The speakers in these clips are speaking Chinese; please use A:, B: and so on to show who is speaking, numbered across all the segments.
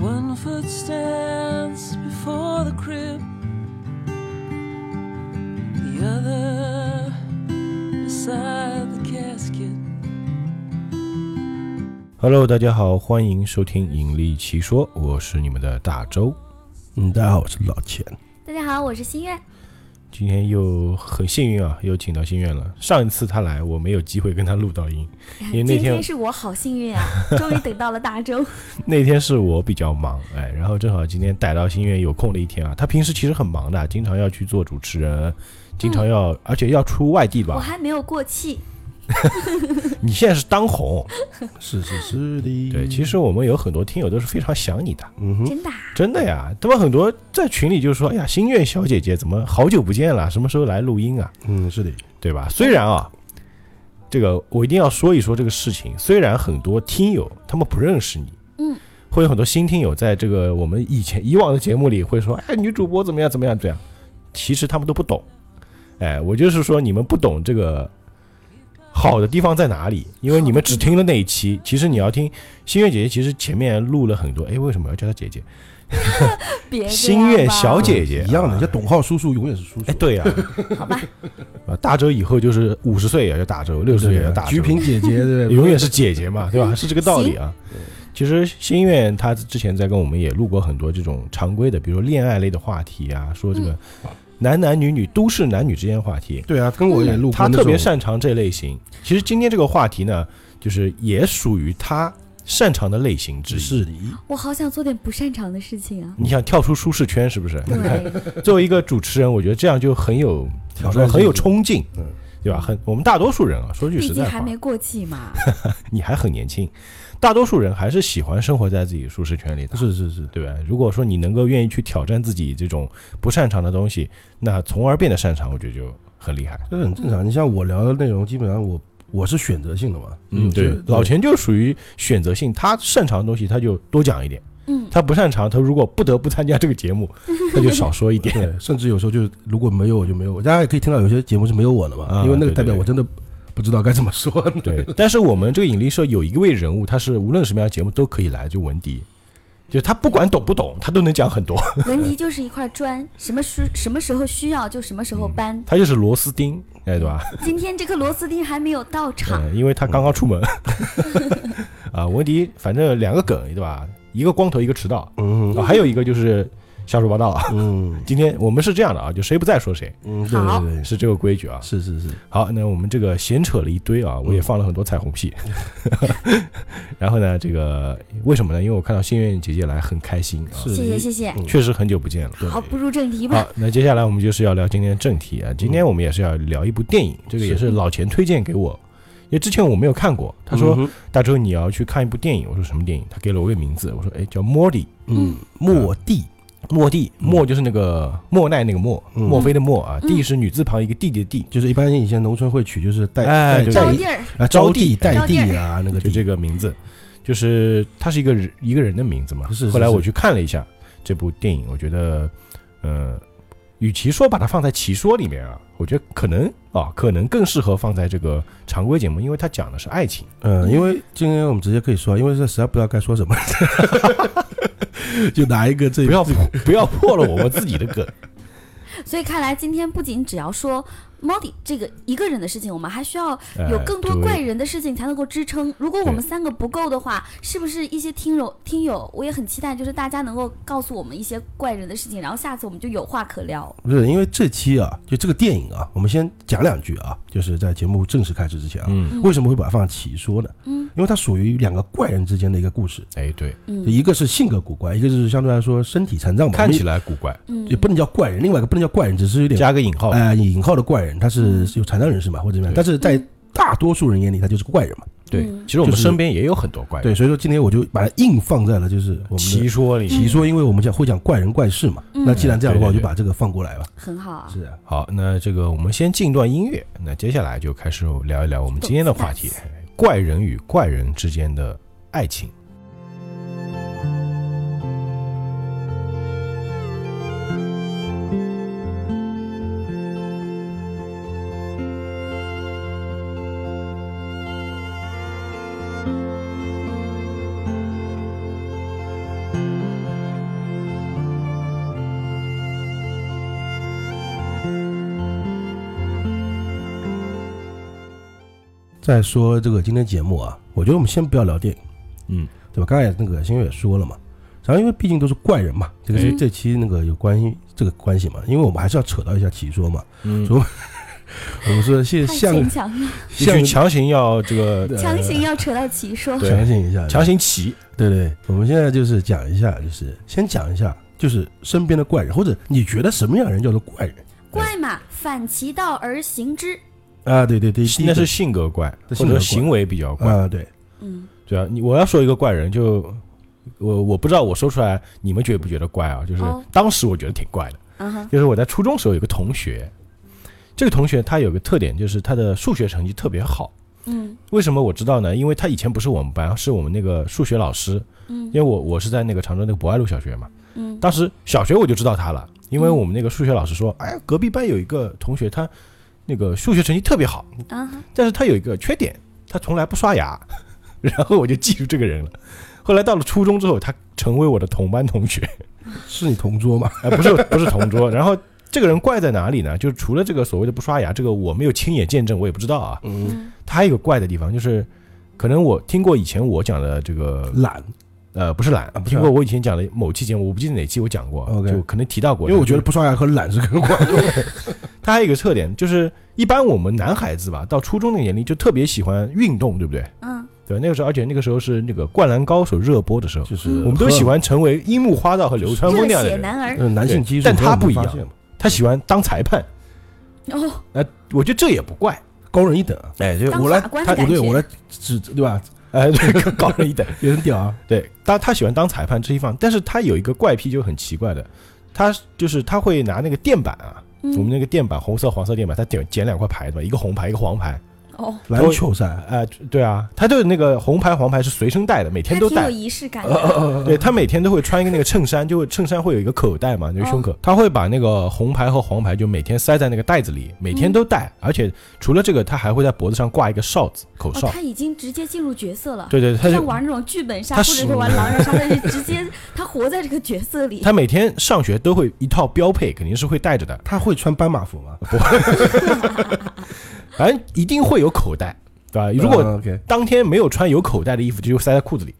A: that stands before the crib. The other beside the casket.
B: Hello，大家好，欢迎收听《引力奇说》，我是你们的大周。
C: 嗯，大家好，我是老钱。
D: 大家好，我是心愿。
B: 今天又很幸运啊，又请到心愿了。上一次他来，我没有机会跟他录到音， 因为那
D: 今
B: 天
D: 天是我好幸运啊，终于等到了 大周。
B: 那天是我比较忙，哎，然后正好今天逮到心愿有空的一天啊。他平时其实很忙的，经常要去做主持人，经常要，而且要出外地
D: 我
B: 吧。
D: 还没有过气，
B: 你现在是当红，
C: 是是是的，
B: 对，其实我们有很多听友都是非常想你的，
C: 嗯哼，
D: 真的、啊。
B: 真的呀。他们很多在群里就说，哎呀，心愿小姐姐怎么好久不见了，什么时候来录音啊？
C: 嗯是的，
B: 对吧？虽然啊，这个我一定要说一说这个事情。虽然很多听友他们不认识你，
D: 嗯，
B: 会有很多新听友在这个我们以前以往的节目里会说，哎，女主播怎么样怎么样怎么样，其实他们都不懂。哎，我就是说你们不懂这个好的地方在哪里，因为你们只听了那一期。其实你要听心月姐姐，其实前面录了很多，哎，为什么要叫她姐姐？
D: 别这样吧
B: 心月小，姐姐
C: 一样的，
B: 啊
C: 人家董浩叔叔永远是叔叔
B: 哎，，对呀、
D: 好吧，
B: 啊，大周以后就是五十岁也要大周，六十岁也要啊大周，
C: 菊啊萍姐姐 对不对？
B: 永远是姐姐嘛，对吧？是这个道理啊。其实心愿他之前在跟我们也录过很多这种常规的，比如说恋爱类的话题啊，说这个男男女女、都市男女之间的话题，
C: 对啊，跟我也录过
B: 他
C: 那种，
B: 特别擅长这类型。其实今天这个话题呢，就是也属于他擅长的类型之一。
C: 是的，
D: 我好想做点不擅长的事 情啊。
B: 你想跳出舒适圈是不是？
D: 对，
B: 作为一个主持人，我觉得这样就很有怎么
C: 挑战
B: 说
C: 性
B: 很有冲劲
C: 嗯，
B: 对吧？很我们大多数人啊，说句
D: 毕
B: 实
D: 竟
B: 在
D: 还
B: 话，
D: 没过 气嘛。
B: 你还很年轻，大多数人还是喜欢生活在自己舒适圈里的，
C: 是是是，
B: 对吧？如果说你能够愿意去挑战自己这种不擅长的东西，那从而变得擅长，我觉得就很厉害。
C: 这很正常。你像我聊的内容，基本上我我是选择性的嘛，就是
B: 嗯老钱就属于选择性，他擅长的东西他就多讲一点，
D: 嗯，
B: 他不擅长，他如果不得不参加这个节目，他就少说一点。
C: 对，甚至有时候就是如果没有我就没有我，大家也可以听到有些节目是没有我的嘛，
B: 啊
C: 因为那
B: 对对
C: 个代表我真的不知道该怎么 说呢。
B: 对，但是我们这个引力社有一位人物，他是无论什么样的节目都可以来，就文迪，就他不管懂不懂，他都能讲很多。
D: 文迪就是一块砖，什么需什么时候需要就什么时
B: 嗯
D: 候 搬。
B: 他就是螺丝钉，哎，对吧？
D: 今天这颗螺丝钉还没有到场，
B: 嗯，因为他刚刚出 门。啊，文迪，反正两个梗，对吧？一个光头，一个迟到，
C: 嗯
B: 啊，还有一个就是瞎说八道啊。
C: 嗯
B: 今天我们是这样的啊，就谁不在说谁，
C: 嗯，对
D: 好
C: 对对，
B: 是这个规矩啊。
C: 是是是，
B: 好，那我们这个闲扯了一堆啊，
C: 嗯
B: 我也放了很多彩虹屁。 然后呢，这个为什么呢？因为我看到心愿姐姐来很开心啊，
C: 是
D: 谢谢谢谢。
C: 嗯
B: 确实很久不见了。
D: 好，
B: 对。
D: 步入正题吧
B: 好。，那接下来我们就是要聊今天的正题
C: 嗯
B: 啊。今天我们也是要聊一部电影，这个也是老钱推荐给我，因为之前我没有看过。他说
C: 嗯哼
B: 大周你要去看一部电影，我说什么电影？他给了我一个名字，我说哎叫莫蒂，
C: 嗯，莫蒂，
B: 莫蒂，莫就是那个莫奈那个莫，
C: 嗯
B: 墨菲的莫啊，
D: 嗯
B: 蒂是女字旁一个弟弟的弟，
C: 就是一般以前农村会取就是代
B: 哎
C: 代
B: 对
D: 招
B: 对
D: 弟儿，
C: 啊招娣代
D: 招
C: 地
D: 娣
C: 啊那个
B: 就
C: 地
B: 这个名字，就是他是一个人一个人的名字嘛。
C: 是是
B: 后来我
C: 是
B: 去看了一下这部电影，我觉得，呃，与其说把它放在奇说里面啊，我觉得可能啊，可能更适合放在这个常规节目，因为它讲的是爱情。
C: 嗯，因为今天我们直接可以说，因为这实在不知道该说什么， 就拿一个这
B: 不要不要破了我们自己的 梗。
D: 所以看来今天不仅只要说 Modi 这个一个人的事情，我们还需要
B: 哎
D: 有更多
B: 对
D: 怪人的事情才能够支撑。如果我们三个不够的话，是不是一些听友听友，我也很期待，就是大家能够告诉我们一些怪人的事情，然后下次我们就有话可聊。
C: 不是因为这期啊，就这个电影啊，我们先讲两句啊，就是在节目正式开始之前啊，
B: 嗯，
C: 为什么会把它放起说呢？
D: 嗯，
C: 因为它属于两个怪人之间的一个故事，
B: 哎，对，
C: 就
D: 嗯
C: 一个是性格古怪，一个就是相对来说身体残障吧，
B: 看起
C: 来
B: 来古怪，
D: 嗯
C: 也，不能叫怪人，另外一个不能叫怪人，只是有点
B: 加个引号。
C: 哎引号的怪人，他是是有残障人士嘛或者怎么样，
B: 哦嗯对
C: 但是在大多数人眼里他就是个怪人嘛，
B: 对，
D: 嗯
B: 其实我们
C: 就是
B: 身边也有很多怪人。
C: 对，所以说今天我就把它硬放在了就是我们的嗯
B: 奇说里，
C: 你说，因为我们讲会讲怪人怪事嘛，
D: 嗯
C: 那既然这样的话，
B: 对
C: 我
B: 对对
C: 就把这个放过来吧。
D: 很好啊。
C: 是啊，
B: 好，那这个我们先进段音乐，那接下来就开始聊一聊我们今天的 话题：怪人与怪人之间的爱情。
C: 再说这个今天节目啊，我觉得我们先不要聊电影，
B: 嗯，
C: 对吧？刚才那个新月也说了嘛，然后因为毕竟都是怪人嘛，这个是
B: 哎
D: 嗯
C: 这期那个有关系这个关系嘛，因为我们还是要扯到一下奇说嘛，
B: 嗯
C: 说我们说现
D: 太
C: 像
D: 牵强 了，
B: 必
C: 像
B: 须强行要这个
C: 呃
D: 强行要扯到齐说。
B: 对
C: 强行一下，
B: 强行骑，
C: 对对，我们现在就是讲一下，就是先讲一下，就是身边的怪人，或者你觉得什么样的人叫做怪人
D: 怪嘛，反其道而行之。
C: 啊？对对对，第一
B: 那
C: 个
B: 是性格怪，或
C: 这性格
B: 者
C: 怪
B: 行为比较怪，
C: 啊，对，
D: 嗯，
B: 对啊，你我要说一个怪人，就我我不知道我说出来你们觉不觉得怪啊？就是
D: 哦
B: 当时我觉得挺怪的，
D: 嗯哼，
B: 就是我在初中时候有个同学，这个同学他有个特点就是他的数学成绩特别好。
D: 嗯
B: 为什么我知道呢？因为他以前不是我们班，是我们那个数学老师。因
D: 嗯
B: 为我我是在那个常州那个博爱路小学嘛，
D: 嗯
B: 当时小学我就知道他了，因为我们那个数学老师说，
D: 嗯
B: 哎，隔壁班有一个同学他那个数学成绩特别好，
D: 啊哈，
B: 但是他有一个缺点，他从来不刷牙， 然后我就记住这个人了。后来到了初中之后，他成为我的同班同学，
C: 是你同桌嘛？
B: 啊、不是不是同桌。然后这个人怪在哪里呢？就是除了这个所谓的不刷牙，这个我没有亲眼见证，我也不知道啊。
C: 嗯，
D: 嗯
B: 他还有一个怪的地方，就是可能我听过以前我讲的这个
C: 懒，
B: 呃，不是懒，
C: 啊不是
B: 听过我以前讲的某期节目，我不记得哪期我讲过
C: OK
B: 就可能提到过。
C: 因为我觉得
B: 就是
C: 不刷牙和懒是跟挂钩的。
B: 他还有一个特点，就是一般我们男孩子吧，到初中的年龄就特别喜欢运动，对不对？
D: 嗯，
B: 对，那个时候，而且那个时候是那个《灌篮高手》热播的时候，
C: 就是
B: 我们都喜欢成为樱木花道和流川枫那样
D: 热
B: 的
D: 血
B: 人。
D: 男儿。
C: 呃男性激素，
B: 但他不一
C: 发
B: 样
C: 现嘛
B: 他喜欢当裁判，
D: 哦，
B: 我觉得这也不 怪。
C: 高人一等啊！
B: 哎，就
D: 当
C: 我来，
D: 法官
C: 他
D: 的
C: 不
D: 感
C: 对，我
D: 觉。
C: 来指对吧？
B: 哎，对高人一等。
C: 也很屌啊！
B: 对，当他喜欢当裁判这一方，但是他有一个怪癖，就很奇怪的，他就是他会拿那个垫板啊，
D: 嗯
B: 我们那个垫板，红色、黄色垫板，他点捡两块牌对吧？一个红牌，一个黄牌。
D: 哦，
C: 篮球赛
B: 啊、对啊，他就是那个红牌、黄牌是随身带的，每
D: 他
B: 天都
D: 挺有
B: 带。哦
D: 仪式感的。
B: 对他每天都会穿一个那个衬衫，就会衬衫会有一个口袋嘛，那个
D: 哦
B: 胸口，他会把那个红牌和黄牌就每天塞在那个袋子里，每天都带，而且除了这个，他还会在脖子上挂一个哨子，口
D: 嗯哦，
B: 哨。
D: 他已经直接进入角色了。
B: 对对，他
D: 就
B: 就
D: 像玩那种剧本杀
B: 他
D: 或
B: 是
D: 者是玩狼人杀，但是直接他活在这个角色里。
B: 他每天上学都会一套标配，肯定是会带着的，
C: 他会穿斑马服吗？
B: 反正一定会有口袋，对吧？如果
C: 嗯 OK，
B: 当天没有穿有口袋的衣服，就塞在裤子里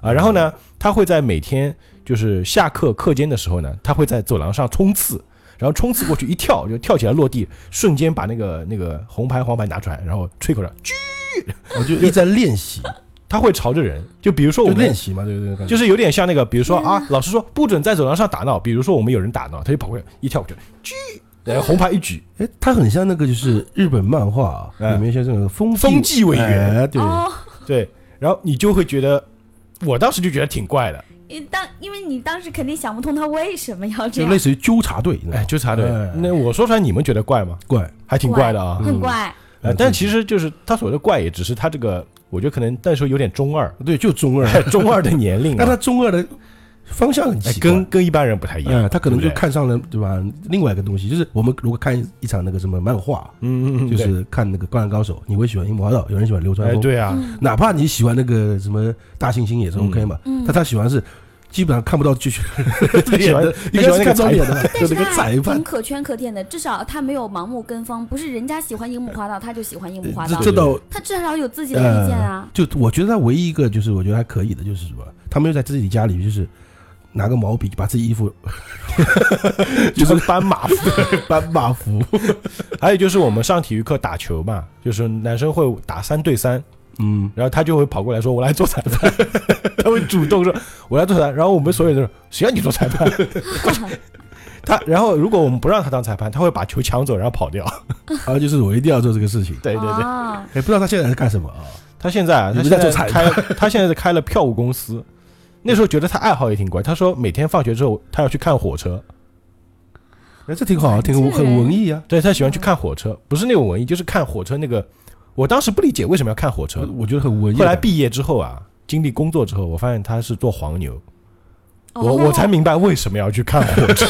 B: 啊。
C: 嗯
B: 然后呢，他会在每天就是下课课间的时候呢，他会在走廊上冲刺，然后冲刺过去一跳，就跳起来落地，瞬间把那个那个红牌黄牌拿出来，然后吹口哨。啾
C: 我就一直在练习，
B: 他会朝着人，就比如说
C: 就
B: 我
C: 练
B: 们。
C: 习嗯嘛，对对对，
B: 就是是有点像那个，比如说
D: 天啊
B: 啊，老师说不准在走廊上打闹，比如说我们有人打闹，他就跑过去一跳过去，啾，然后红牌一举，
C: 哎，他很像那个就是日本漫画啊，
B: 嗯
C: 里面一些这种风
B: 风纪委员
C: 哎对，
D: 哦，
B: 对，然后你就会觉得，我当时就觉得挺怪的，
D: 你当因为你当时肯定想不通他为什么要这
C: 就
D: 样
C: 类，似于纠察队，你知道
B: 哎，
C: 吗
B: 纠察队
C: 哎。
B: 那我说出来你们觉得怪吗？
C: 怪，
B: 还挺怪的啊，
D: 很怪。
B: 呃，
C: 嗯
B: 但
C: 对
B: 其实就是他所谓的怪，也只是他这个，我觉得可能那时候有点中二，
C: 对，就中二，
B: 哎中二的年龄啊、
C: 但他中二的方向很
B: 哎
C: 奇怪，
B: 跟跟一般人不太一样，
C: 哎，他可能
B: 对
C: 就
B: 不对
C: 看上了对吧？另外一个东西就是我们如果看一场那个什么漫画，
B: 嗯嗯嗯，
C: 就
B: 对
C: 是看那个《灌篮高手》，你会喜欢樱木花道，有人喜欢流川
B: 哎
C: 枫，
B: 对啊，
D: 嗯
C: 哪怕你喜欢那个什么大猩猩也是 OK 嘛，
D: 嗯
C: 但，他喜欢是基本上看不到剧情，
B: 他喜欢
C: 演的
B: 他
C: 应
B: 喜欢那
C: 该是
B: 个
C: 看到
B: 裁
C: 脸的吧，
D: 但
C: 就是那个
D: 他还
C: 裁判
D: 挺。可圈可点的，至少他没有盲目跟风，不是人家喜欢樱木花道他就喜欢樱木花道
C: 这，这倒
D: 他至少有自己的意见啊。
C: 呃就我觉得他唯一一个就是我觉得还可以的，就是什么，他没有在自己家里就是拿个毛笔把自己衣服
B: 就是斑马服。
C: 斑马服，
B: 还有就是我们上体育课打球嘛，就是男生会打三对三，
C: 嗯，
B: 然后他就会跑过来说：“我来做裁判。” 他会主动说：“我来做裁判。”然后我们所有人都说：“谁让你做裁判？” 他然后如果我们不让他当裁判，他会把球抢走，然后跑掉。
C: 然后啊就是我一定要做这个事情，
B: 呃对对对，
D: 啊，
C: 哎，不知道他现在是干什么啊？
B: 他现在啊，
C: 你
B: 他
C: 不
B: 现
C: 在做裁
B: 开，他现在是开了票务公司。那时候觉得他爱好也挺怪，他说每天放学之后他要去看火车，
C: 哎，这挺好啊，挺文
D: 这个
C: 很
D: 人
C: 文艺啊。
B: 对他喜欢去看火车，不是那种文艺，就是看火车那个。我当时不理解为什么要看火车，
C: 我觉得很文艺。
B: 后来毕业之后啊，经历工作之后，我发现他是做黄牛，
D: 哦
B: 我我才明白为什么要去看火车。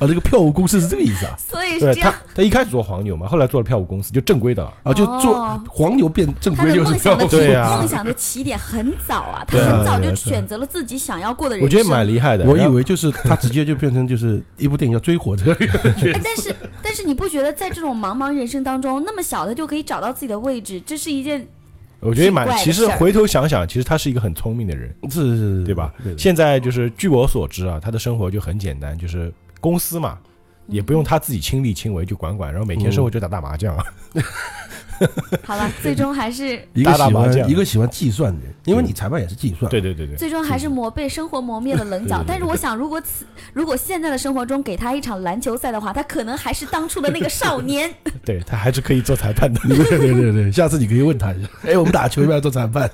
C: 啊，这个票务公司是这个意思啊，
D: 所以
B: 对
D: 是这
B: 他
D: 样。，
B: 他一开始做黄牛嘛，后来做了票务公司，就正规的了。
C: 啊，就做
D: 哦
C: 黄牛变正
D: 他
C: 规
D: 的
C: 就是
D: 梦
C: 票
D: 想
C: 务公
D: 的起
C: 司
B: 对啊
D: 梦想的起点很早啊，他
B: 对啊
D: 很早
B: 对啊
D: 就
B: 对啊
D: 选择了自己想要过的人
B: 我觉
D: 生。
B: 得蛮厉害的。
C: 啊我以
B: 然后
C: 为就是他直接就变成就是一部电影叫《追火》这个
D: 哎，但是但是你不觉得在这种茫茫人生当中，那么小他就可以找到自己的位置，这是一件
B: 我觉得蛮
D: 挺怪，的
B: 其实
D: 事儿
B: 回头想想，其实他是一个很聪明的人，
C: 是是是，
B: 对吧
C: 对？的
B: 现在就是据我所知啊，他的生活就很简单，就是公司嘛，也不用他自己亲力亲为，就管管，然后每
C: 嗯
B: 天生活就打打麻将啊。
D: 好了，最终还是
C: 一个
B: 打打
C: 喜
B: 麻将
C: 欢一个喜欢计算的人，因为你裁判也是计算，
B: 对对对对，
D: 最终还是磨被生活磨灭了棱角。但是我想，如果此如果现在的生活中给他一场篮球赛的话，他可能还是当初的那个少年。
B: 对他还是可以做裁判的。
C: 对对对对，下次你可以问他 一下，哎，我们打球要不要做裁判？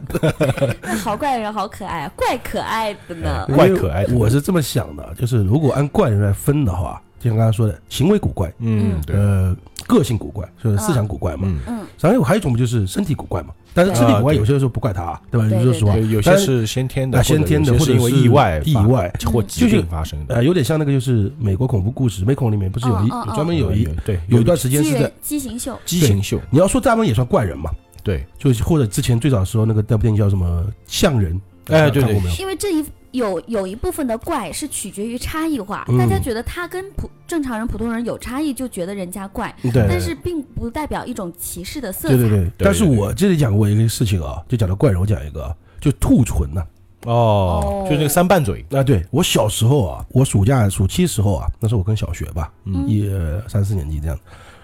D: 那好怪人，好可爱，怪可爱的
C: 哎
D: 呢。
B: 怪可爱的
C: 啊因为我是这么想的，就是如果按怪人来分的话，就像刚刚说的，行为古怪，
B: 嗯，对，
C: 呃，个性古怪，就是思想古怪嘛。
B: 嗯，
D: 嗯，
C: 然后还有一种就是身体古怪嘛，但是身体古
B: 啊
C: 怪
B: 对
C: 有些时候不怪他啊，对吧？
D: 对
C: 你说实话
B: 有，有些
C: 但
B: 是先天的，
C: 啊先天的
B: 有些是因
C: 或
B: 为
C: 者是
B: 意外
C: 意
B: 发
C: 外
B: 或疾
C: 就是
B: 病发生的
C: 呃，。有点像那个就是美国恐怖故事《美恐》里面不是有一
D: 嗯嗯嗯
C: 专门有一
B: 呃对
C: 有一段时间
D: 机
C: 是在
D: 人畸形秀，
B: 畸形秀，
C: 你要说他们也算怪人嘛，
B: 对，
C: 就是或者之前最早的时候那个那部电影叫什么《像人》，
B: 哎
C: 看
B: 对对
C: 过没有？
D: 因为这一有有一部分的怪是取决于差异化，
C: 嗯
D: 大家觉得他跟普正常人、普通人有差异，就觉得人家怪，
C: 对对，对
D: 但是并不代表一种歧视的色彩。
C: 对对对，但是
B: 对
C: 我这里讲过一个事情啊，就讲到怪人，我讲一个啊，就兔唇呐、
B: 哦
D: 哦，
B: 就是那个三瓣嘴，
C: 啊。对我小时候啊，我暑假暑期时候啊，那时候我跟小学吧，
D: 嗯
C: 一呃三四年级这样。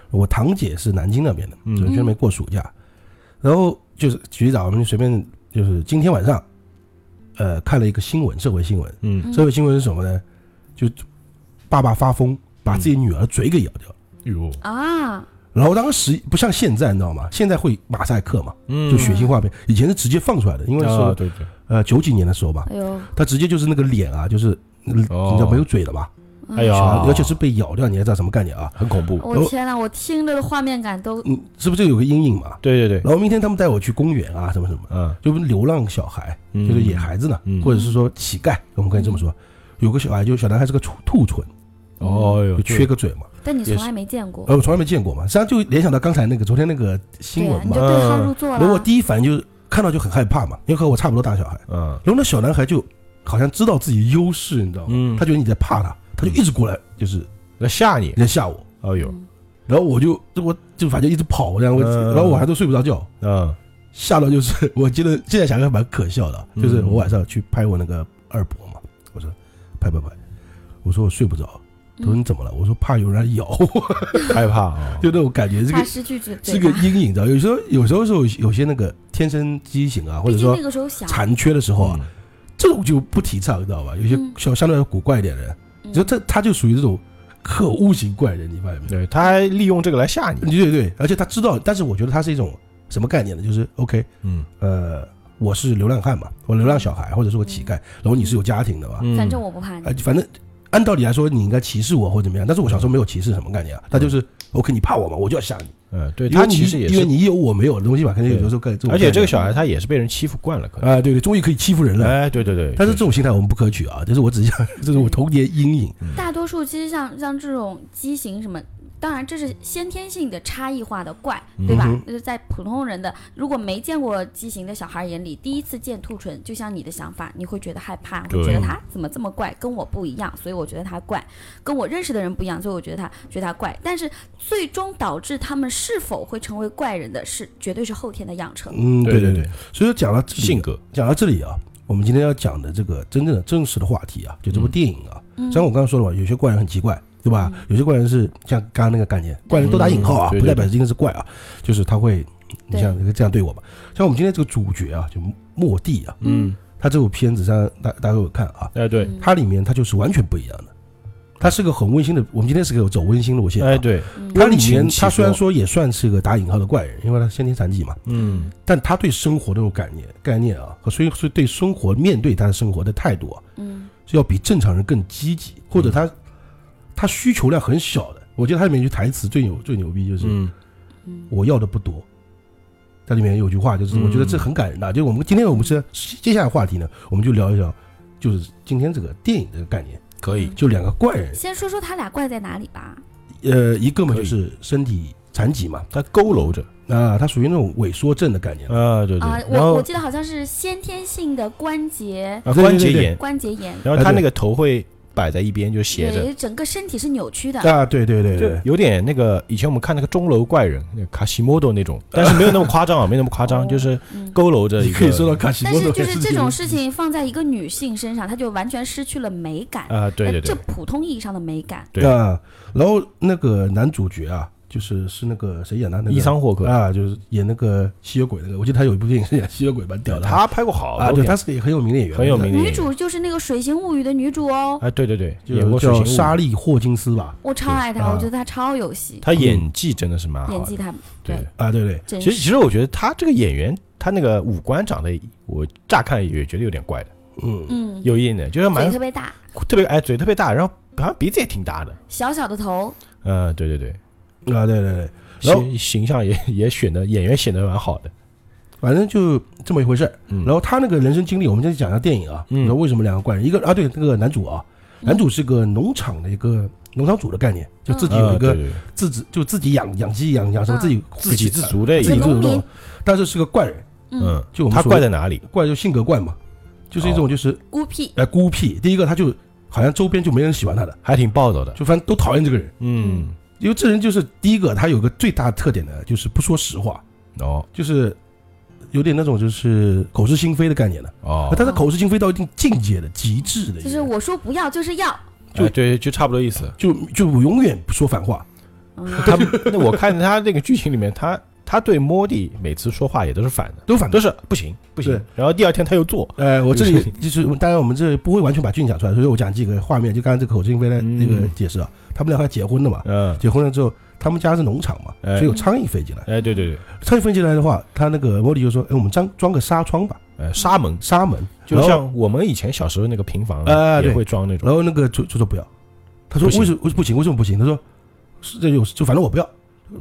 C: 我堂姐是南京那边的，
B: 嗯
C: 就去那边过暑假，然后就是洗澡，我们就随便就是今天晚上，呃，看了一个新闻，社会新闻。
B: 嗯，
D: 嗯
C: 社会新闻是什么呢？就爸爸发疯，把自己女儿嘴给咬掉。
B: 哟，
D: 啊，
C: 然后当时不像现在，你知道吗？现在会马赛克嘛，
B: 嗯
C: 就血腥画面。以前是直接放出来的，因为
B: 啊，
C: 是
B: 对对，
C: 呃九几年的时候吧，
D: 哎呦，
C: 他直接就是那个脸啊，就是你知
B: 哦
C: 道没有嘴的吧，
B: 哎呀，
C: 嗯而且是被咬掉，你还知道什么概念啊？
B: 很恐怖，
D: 嗯我天呐，我听着的画面感都
C: 嗯，是不是有个阴影嘛？
B: 对对对，
C: 然后明天他们带我去公园啊，什么什么，
B: 嗯，
C: 就是流浪小孩，
B: 嗯
C: 就是野孩子呢，
B: 嗯
C: 或者是说乞丐，我们可以这么说。有个小孩，就是小男孩是个兔兔唇，
B: 哦哟，
C: 就缺个嘴嘛，
D: 但你
C: 也
D: 从来没见过，
C: 呃，我从来没见过嘛，实际上就联想到刚才那个昨天那个新
D: 对啊，
C: 闻
D: 你
C: 嘛嗯
D: 就，对号入座
C: 然后我
D: 了。
C: 第一反应就是看到就很害怕嘛，因为和我差不多大小孩，
B: 嗯，
C: 然后那小男孩就好像知道自己优势，你知道吗？
B: 嗯
C: 他觉得你在怕他，他就一直过来，就是
B: 那吓你
C: 你，在吓我，
B: 哦
D: 嗯
B: 哟，
C: 然后我就我就反正一直跑，然后我、
B: 嗯
C: 然后我还都睡不着觉，
B: 嗯，
C: 吓到就是我记得现在想想蛮可笑的，啊
B: 嗯
C: 就是我晚上去拍我那个二伯嘛，我说拍拍拍，我说我睡不着，他说
D: 嗯
C: 你怎么了？我说怕有人咬我，
B: 害怕啊，
C: 就那种感觉，这
D: 怕
C: 个
D: 失去嘴嘴
C: 是个
D: 巴
C: 阴影，知道？有时候有时候是有有些那个天生畸形啊，或
D: 毕
C: 者
D: 竟
C: 说
D: 那个时候小，
C: 残缺的时候啊，
B: 嗯
C: 这种就不提倡，你知道吧？有些
D: 嗯
C: 相相对来说古怪一点的人，
D: 嗯
C: 你说这他就属于这种可恶型怪人，你发现没有？
B: 对，他还利用这个来吓你，
C: 对对对，而且他知道，但是我觉得他是一种什么概念呢？就是 OK，
B: 嗯，
C: 呃，我是流浪汉嘛，我流浪小孩，或者是我乞丐，
B: 嗯
C: 然后你是有家庭的吧？
D: 反正我不怕你
C: 啊，，反正按道理来说，你应该歧视我或者怎么样，但是我小时候没有歧视什么概念啊，他就是 OK，你怕我嘛，我就要吓你，
B: 嗯，对
C: 因为
B: 他
C: 你
B: 其实也
C: 因为
B: 是，
C: 你有我没有的东西吧，肯定有
B: 对
C: 时候概这种概
B: 而
C: 念
B: 且这个小孩他也是被人欺负惯了，可能，
C: 啊，对对，终于可以欺负人了。
B: 哎，对对对，
C: 但是这种心态我们不可取啊，这是我只是想， 这是我童年阴影。
D: 大多数其实像像这种畸形什么，当然这是先天性的差异化的怪，对吧？
C: 嗯哼
D: 就是在普通人的如果没见过畸形的小孩眼里，第一次见兔唇，就像你的想法，你会觉得害怕，会
B: 对
D: 觉得他怎么这么怪，跟我不一样，所以我觉得他怪，跟我认识的人不一样，所以我觉得他觉得他怪。但是最终导致他们是否会成为怪人的是，绝对是后天的养成。
C: 嗯，
B: 对
C: 对
B: 对对，
C: 所以说讲到这里
B: 性格，
C: 讲到这里啊，我们今天要讲的这个真正的真实的话题啊，就这部电影啊，
D: 嗯
C: 虽然我刚刚说了嘛，有些怪人很奇怪，对吧？有些怪人是像刚刚那个概念，怪人都打引号啊，
B: 嗯嗯对
C: 不代
B: 对
C: 表一定是怪啊，就是他会，你
D: 对
C: 像这样对我吧。像我们今天这个主角啊，就莫蒂啊，
B: 嗯，
C: 他这部片子上大大家都有看啊，
B: 哎对，
C: 它里面他就是完全不一样的，他是个很温馨的。我们今天是个走温馨路线、啊，
B: 哎对，
D: 嗯
C: 它里面
B: 温情其
C: 他虽然
B: 中
C: 说也算是个打引号的怪人，因为他先天残疾嘛，
B: 嗯，
C: 但他对生活的这种概念概念啊，和所以是对生活面对他的生活的态度啊，
D: 嗯，
C: 是要比正常人更积极，或
B: 嗯
C: 者他他需求量很小的。我觉得它里面有句台词最牛最牛逼就是、
B: 嗯，
C: 我要的不多。它里面有句话就是，
B: 嗯
C: 我觉得这很感人的啊。就是我们今天我们是接下来话题呢，我们就聊一聊，就是今天这个电影的概念。
B: 可以，
C: 就两个怪人，
D: 先说说他俩怪在哪里吧。
C: 呃，一个嘛
B: 可以
C: 就是身体残疾嘛，
B: 他佝偻着
C: 那他属于那种萎缩症的概念，
B: 啊，对对
D: 啊，，
B: 然
D: 我
B: 后
D: 我记得好像是先天性的关节
B: 啊
C: 对对
B: 关节
C: 对对
B: 炎，
D: 关节炎，
B: 然后他
C: 啊对
B: 那个头会摆在一边，就斜着，
D: 对，整个身体是扭曲的。
C: 啊，对对对
B: 就
C: 对，
B: 有点那个以前我们看那个钟楼怪人，那个卡西莫多那种，但是没有那么夸张啊，没那么夸张，就是
D: 嗯，
B: 佝偻着一
C: 你
B: 个，
C: 可以说到卡西
D: 但
C: 莫
D: 是
C: 多
D: 就
C: 的
D: 是
C: 事
D: 这
C: 情
D: 种事情放在一个女性身上，她就完全失去了美感。
B: 啊，对对
D: 呃这
B: 对，
D: 普通意义上的美感，
B: 对
C: 啊，然后那个男主角啊，就是是那个谁演的？那个
B: 伊桑霍克，
C: 啊，就是演那个吸血鬼那个，我记得他有一部电影是演吸血鬼，蛮屌的。
B: 他拍过好
C: 啊，
B: 多
C: 对，
B: 片
C: 他是个很有名的演员，
B: 很有名的
D: 女
B: 演员，
D: 主就是那个《水形物语》的女主哦，
B: 啊，对对对，
C: 就
B: 演过《水
C: 叫
B: 形物
C: 莎莉霍金斯吧？
D: 我超爱她，
C: 啊
D: 我觉得她超有戏，
B: 他演技真的是蛮
D: 演
B: 好
D: 技
B: 的，
D: 她
B: 对
D: 对。
C: 啊，对对，
D: 真
B: 其实，其
D: 是。
B: 实我觉得他这个演员，他那个五官长得，我乍看也觉得有点怪的，
C: 嗯，
D: 嗯，
B: 有一点点，就是蛮
D: 嘴特别大，
B: 特别哎，嘴特别大，然后好像鼻子也挺大的，
D: 小小的头，
B: 嗯，对对对，
C: 啊，对对对，然后
B: 形形象也也选的演员选的蛮好的，
C: 反正就这么一回事儿。
B: 嗯，
C: 然后他那个人生经历，我们再讲一下电影啊。
B: 嗯
C: 然后为什么两个怪人？一个啊，对，那个男主啊，
D: 嗯
C: 男主是个农场的一个农场主的概念，就自己有一
B: 啊
C: 个
B: 对对对
C: 自己就自己养养鸡养养什么，
D: 嗯
C: 自己
B: 自给自足的
C: 自
B: 一
C: 己自
B: 个，
D: 农
C: 足
D: 民
C: 弄，但是是个怪人，
D: 嗯，
C: 就我们
B: 他
C: 说
B: 怪在哪里？
C: 怪就性格怪嘛，就是一种就是
D: 孤僻，
C: 呃孤僻。第一个他就好像周边就没人喜欢他的，
B: 还挺暴躁的，
C: 就反正都讨厌这个人。
B: 嗯，
C: 因为这人就是第一个，他有个最大的特点呢，就是不说实话，
B: 哦
C: 就是有点那种就是口是心非的概念的。
B: 哦，
C: 他的口是心非到一定境界的极致的一个人，
D: 就是我说不要就是要，
B: 就、哎、对，就差不多意 思。
C: 就就我永远不说反话。
D: 嗯，
B: 他那我看他那个剧情里面，他他对莫蒂每次说话也都是反的，
C: 都反
B: 都是不行不行
C: 对。
B: 然后第二天他又 做，
C: 呃，我这里就是当然我们这里不会完全把剧情讲出来，所以我讲几个画面，就刚才这个口是心非的那个
B: 嗯
C: 解释啊，他们俩还结婚了嘛，
B: 嗯，
C: 结婚了之后，他们家是农场嘛，
B: 哎
C: 所以有苍蝇飞进来。
B: 哎对对对，
C: 苍蝇飞进来的话，他那个莫莉就说：“哎，我们装装个纱窗吧，
B: 呃沙门，
C: 纱门。”
B: 就像我们以前小时候那个平房
C: 啊
B: 也
C: 对
B: 会装那
C: 然
B: 种，
C: 后那个就就说不要，他说
B: 不行
C: 为什么不行？为什么不行？他说是这有就反正我不要，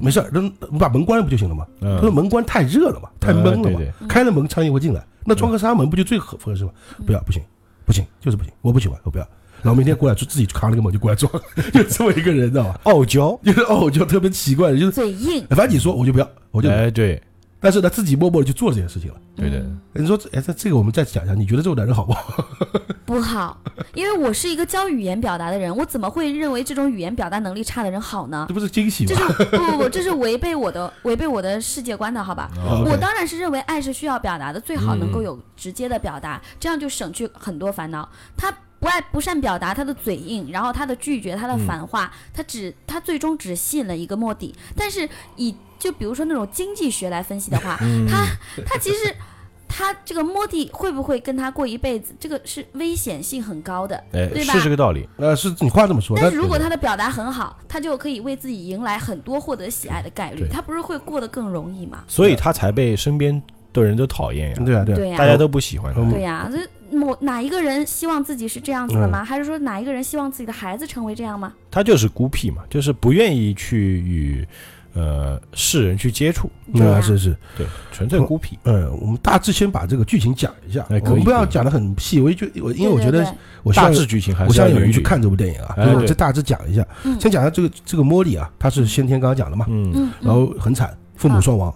C: 没事儿，那你把门关了不就行了吗？
B: 嗯
C: 他说门关太热了嘛，太闷
B: 嗯
C: 了
B: 对
C: 嘛，
B: 对
D: 嗯
C: 开了门苍蝇会进来，那装个纱门不就最合合适吗？
D: 嗯
C: 不要，不行，不行，就是不行，我不喜欢，我不要。然后明天过来就自己扛了个门就过来装，就这么一个人，知道啊吧？
B: 傲娇，
C: 就是哦，就特别奇怪，就是
D: 嘴硬，
C: 反正你说我就不要，我就不要，
B: 哎对
C: 但是他自己默默的去做这件事情了。
B: 对的，
D: 嗯
C: 你说这哎，这这个我们再讲一下，你觉得这种男人好不
D: 啊
C: 好？
D: 不好，因为我是一个教语言表达的人，我怎么会认为这种语言表达能力差的人好呢
C: 这？不是惊喜
D: 这
C: 吗？
D: 是不不不，这是违背我的违背我的世界观的，好吧？
B: 哦
C: OK
D: 我当然是认为爱是需要表达的，最好能够
B: 嗯
D: 有直接的表达，这样就省去很多烦恼。他不爱不善表达，他的嘴硬，然后他的拒绝，他的反话，他只他最终只吸引了一个目的。但是以就比如说那种经济学来分析的话，他他其实。他这个莫蒂会不会跟他过一辈子？这个是危险性很高的，
B: 哎
D: 对吧
B: 是这个道理，
C: 呃，是你话这么说，
D: 但是如
C: 对
D: 果他的表达很好，他就可以为自己迎来很多获得喜爱的概率
B: 对，
D: 他不是会过得更容易吗？
B: 所以他才被身边的人都讨厌呀，
C: 对啊，对啊，
D: 对呀、
B: 大家都不喜欢他。
C: 嗯
D: 对啊呀、这某哪一个人希望自己是这样子的
C: 嗯
D: 吗？还是说哪一个人希望自己的孩子成为这样吗？
B: 他就是孤僻嘛，就是不愿意去与呃世人去接触，
D: 对
C: 嗯
D: 啊呀、
C: 那是是，
B: 对，纯粹孤僻。
C: 呃，我们大致先把这个剧情讲一下，
B: 哎可以
C: 我们不要讲的很细，我就我因为我觉
D: 对对
C: 得
D: 对
C: 我希
B: 大
C: 望
B: 致剧情还
C: 我
B: 是
C: 希
B: 要
C: 望有人
B: 捋
C: 去。看这部电影啊，
B: 哎
C: 所以我
B: 对
C: 这大致讲一下，
D: 嗯
C: 先讲一下这个这个莫莉啊，她是先天刚刚讲了嘛，
B: 嗯，
D: 嗯，
C: 然后很惨，父母双亡，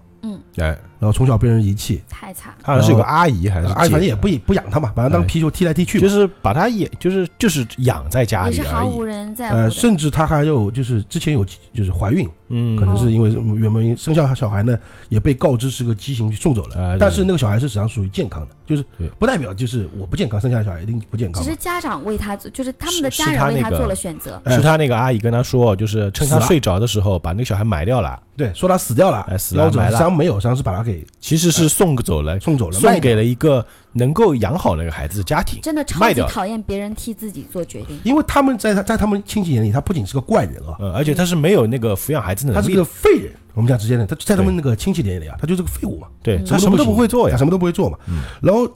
B: 哎，
C: 然后从小被人遗弃，
D: 太惨了，
B: 他好像是有个阿姨还是
C: 啊
B: 姐
C: 反正也不不养她嘛，把她当
B: 哎
C: 皮球踢来踢去
B: 就
C: 嘛，
B: 是把他也就是就是养在家里
D: 也是
B: 而
D: 毫
B: 已
D: 无。人在乎的。
C: 呃，甚至她还有就是之前有就是怀孕，
B: 嗯，
C: 可能
D: 哦
C: 是因为什么原因生下小孩呢，也被告知是个畸形送走
B: 哎
C: 了
D: 嗯
B: 对，
C: 但是那个小孩是实际上属于健康的，就是
B: 对
C: 不代表就是我不健康，生下来小孩一定不健康
D: 只
C: 嘛。
D: 是家长为他做，就是他们
B: 是
D: 的家人为
B: 是他那
D: 他
B: 个
D: 做了选
C: 嗯
D: 择。
C: 哎
B: 是他那个阿姨跟他说，就是趁他睡着的时候把那个小孩埋掉了，
C: 对，说他死掉了
B: 哎，死了
C: 夭折
B: 埋了
C: 实际上没有，实际上是把他给
B: 其实是送走了，
C: 送走了，卖
B: 送
C: 给
B: 给了一个能够养好那个孩子的家庭。
D: 真的超
B: 卖
D: 级
B: 掉了
D: 讨厌别人替自己做决定，
C: 因为他们在他在他们亲戚眼里，他不仅是个怪人啊，
B: 嗯，而且他是没有那个抚养孩子的
C: 他
B: 能
C: 是
B: 力
C: 个
B: 的，
C: 废人。我们讲直接点，他在他们那个亲戚眼里啊，他就是个废物嘛，
B: 对
D: 嗯
B: 他什么都不会做
C: 他
B: 呀。嗯
C: 什么都不会做嘛。然后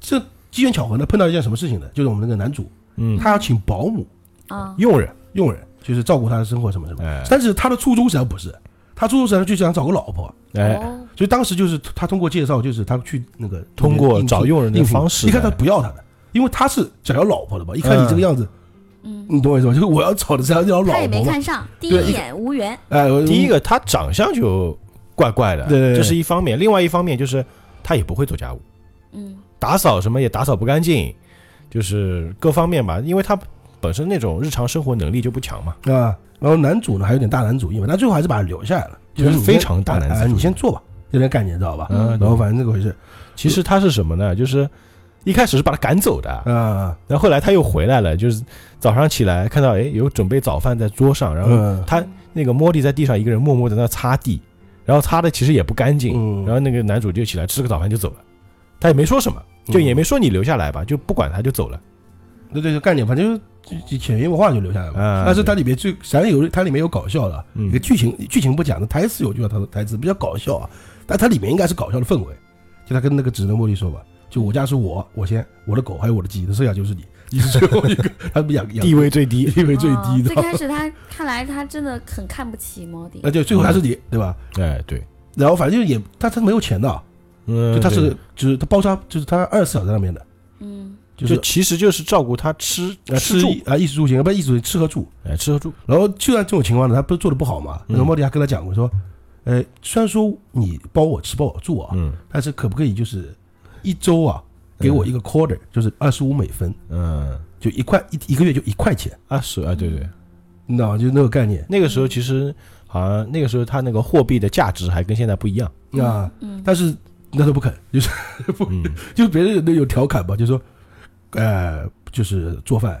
C: 这机缘巧合呢，碰到一件什么事情呢？就是我们那个男主，
B: 嗯，
C: 他要请保姆
D: 啊、
B: 佣人，
C: 佣人，就是照顾他的生活什么什么
B: 哎。
C: 但是他的初衷实际上不是，他初衷实际上就想找个老婆。
B: 哎，
D: 哦，
C: 所以当时就是他通过介绍，就是他去那个
B: 通过找佣人的
C: 应聘
B: 方式
C: 一看他不要他的，因为他是想要老婆的嘛。一看你这个样子，
D: 嗯，
C: 你懂我意思吧？就是我要找的是要找老
D: 他也没
C: 婆嘛。
D: 看上，第
C: 对
D: 一眼无缘，
C: 哎，我
B: 第一，个，他长相就怪怪的，
C: 对对对
B: 这是一方面；另外一方面就是他也不会做家务，
D: 嗯
B: 打扫什么也打扫不干净，就是各方面吧，因为他本身那种日常生活能力就不强嘛。
C: 啊，然后男主呢还有点大男子主义嘛，但最后还是把他留下来了，
B: 就
C: 就是是你
B: 非
C: 先
B: 常大男子
C: 哎
B: 主义
C: 你先做吧，有点概念，知道吧？
B: 嗯
C: 然后反正那个回事
B: 其实他是什么呢？就是一开始是把他赶走的，
C: 啊，
B: 然后后来他又回来了，就是早上起来看到哎有准备早饭在桌上，然后
C: 嗯
B: 他那个莫蒂在地上一个人默默地在那擦地，然后擦的其实也不干净，
C: 嗯，
B: 然后那个男主就起来吃个早饭就走了，他也没说什么，就也没说你留下来吧，就不管他就走了。
C: 对对对，概念反正就是潜移默化就留下来
B: 啊
C: 了。但是它里面最虽然有它里面有搞笑的，
B: 嗯
C: 一个剧情剧情不讲的台词有句话，它的台词比较搞笑啊，但它里面应该是搞笑的氛围。就他跟那个指的茉莉说吧，就我家是我，我先，我的狗还有我的鸡，剩下就是你，你是最后一个，他们养养
B: 地位最啊低，
C: 地位最
D: 哦
C: 低的呃
D: 最，开始他看来他真的很看不起莫迪
C: 那，就最后还是你，对吧？
B: 哎对，
C: 然后反正就也他他没有钱的啊，
B: 嗯
C: 就他
B: 对
C: 是就是他包扎，就是他二十四小时在那边的，
D: 嗯，
C: 就是
B: 就其实就是照顾他吃
C: 呃
B: 吃住，
C: 啊，衣食住行，不是衣食住行，吃和住。
B: 哎吃和住，
C: 然后就算这种情况呢，他不是做的不好嘛？
B: 嗯
C: 然后莫迪还跟他讲过说，呃，虽然说你包我吃包我住啊，
B: 嗯
C: 但是可不可以就是一周啊，给我一个 quarter，就是二十五美分，
B: 嗯
C: 就一块一一个月就一块钱，
B: 啊是啊对对，
C: 你知道吗？就那个概念
B: 那个时候其实好像那个时候他那个货币的价值还跟现在不一样，
C: 啊。
D: 嗯
C: 但是那都不肯， 就是
B: 嗯
C: 就别人有调侃吧，就说，呃，就是做饭、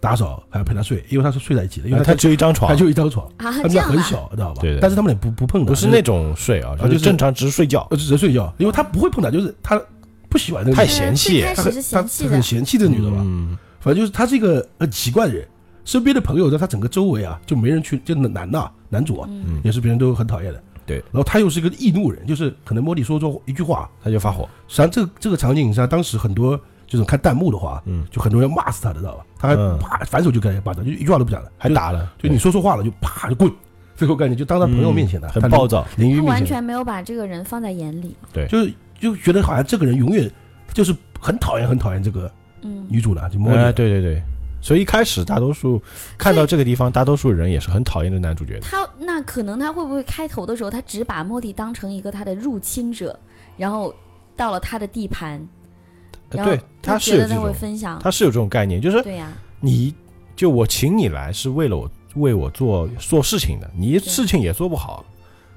C: 打扫还要陪他睡，因为他是睡在一起的，因为
B: 哎
C: 他
B: 他只有一张床
C: 他，就一张床，
D: 啊
C: 他们
D: 这
C: 俩
D: 样
C: 很
D: 吧，
C: 小，知道吧
B: 对的？
C: 但是他们俩不不碰的，
B: 不是那种睡啊，
C: 啊就是
B: 就是正常只是睡觉
C: 呃，只能睡觉，因为他不会碰她，就是他不喜欢这个
B: 太
C: 女
D: 对
C: 的，
B: 嫌弃
D: 呃最
C: 他
D: 开始
C: 很
D: 是
C: 他
D: 嫌
C: 他
D: 弃的
C: 很，嫌弃这
B: 这
C: 女的吧。
B: 嗯
C: 反正就是他是一个很奇怪的人，身边的朋友在他整个周围啊，就没人去，就男的啊男主啊，
D: 嗯
C: 也是别人都很讨厌的。
B: 对
C: 然后他又是一个易怒人，就是可能莫莉说错一句话，
B: 他就发火，
C: 实际上这个这个场景实际上当时很多就是看弹幕的话，
B: 嗯
C: 就很多人骂死他的，知道吧？他还
B: 嗯
C: 啪反手就给他一巴掌，就一句话都不讲了，
B: 还
C: 就
B: 打了，
C: 就你说错话了就啪就滚，最后感觉就当他朋友面前的，
B: 嗯很
C: 他
B: 暴躁，
C: 淋淋浴
D: 他
C: 面
D: 完
C: 前，
D: 全没有把这个人放在眼里，
C: 就是就觉得好像这个人永远就是很讨厌很讨厌这个
D: 嗯，
C: 女主了，就莫莉、
B: 哎对对对，所以一开始大多数看到这个地方，大多数人也是很讨厌这男主角的，
D: 他那可能他会不会开头的时候，他只把莫蒂当成一个他的入侵者，然后到了他的地盘，
C: 啊
D: 然后
B: 对，他是
D: 觉
B: 有
D: 得
B: 这
D: 他会
B: 种，
D: 分享，
B: 他是有这种概念，就是
D: 对呀、
B: 你就我请你来是为了我为我做做事情的，你
D: 对
B: 事情也做不好，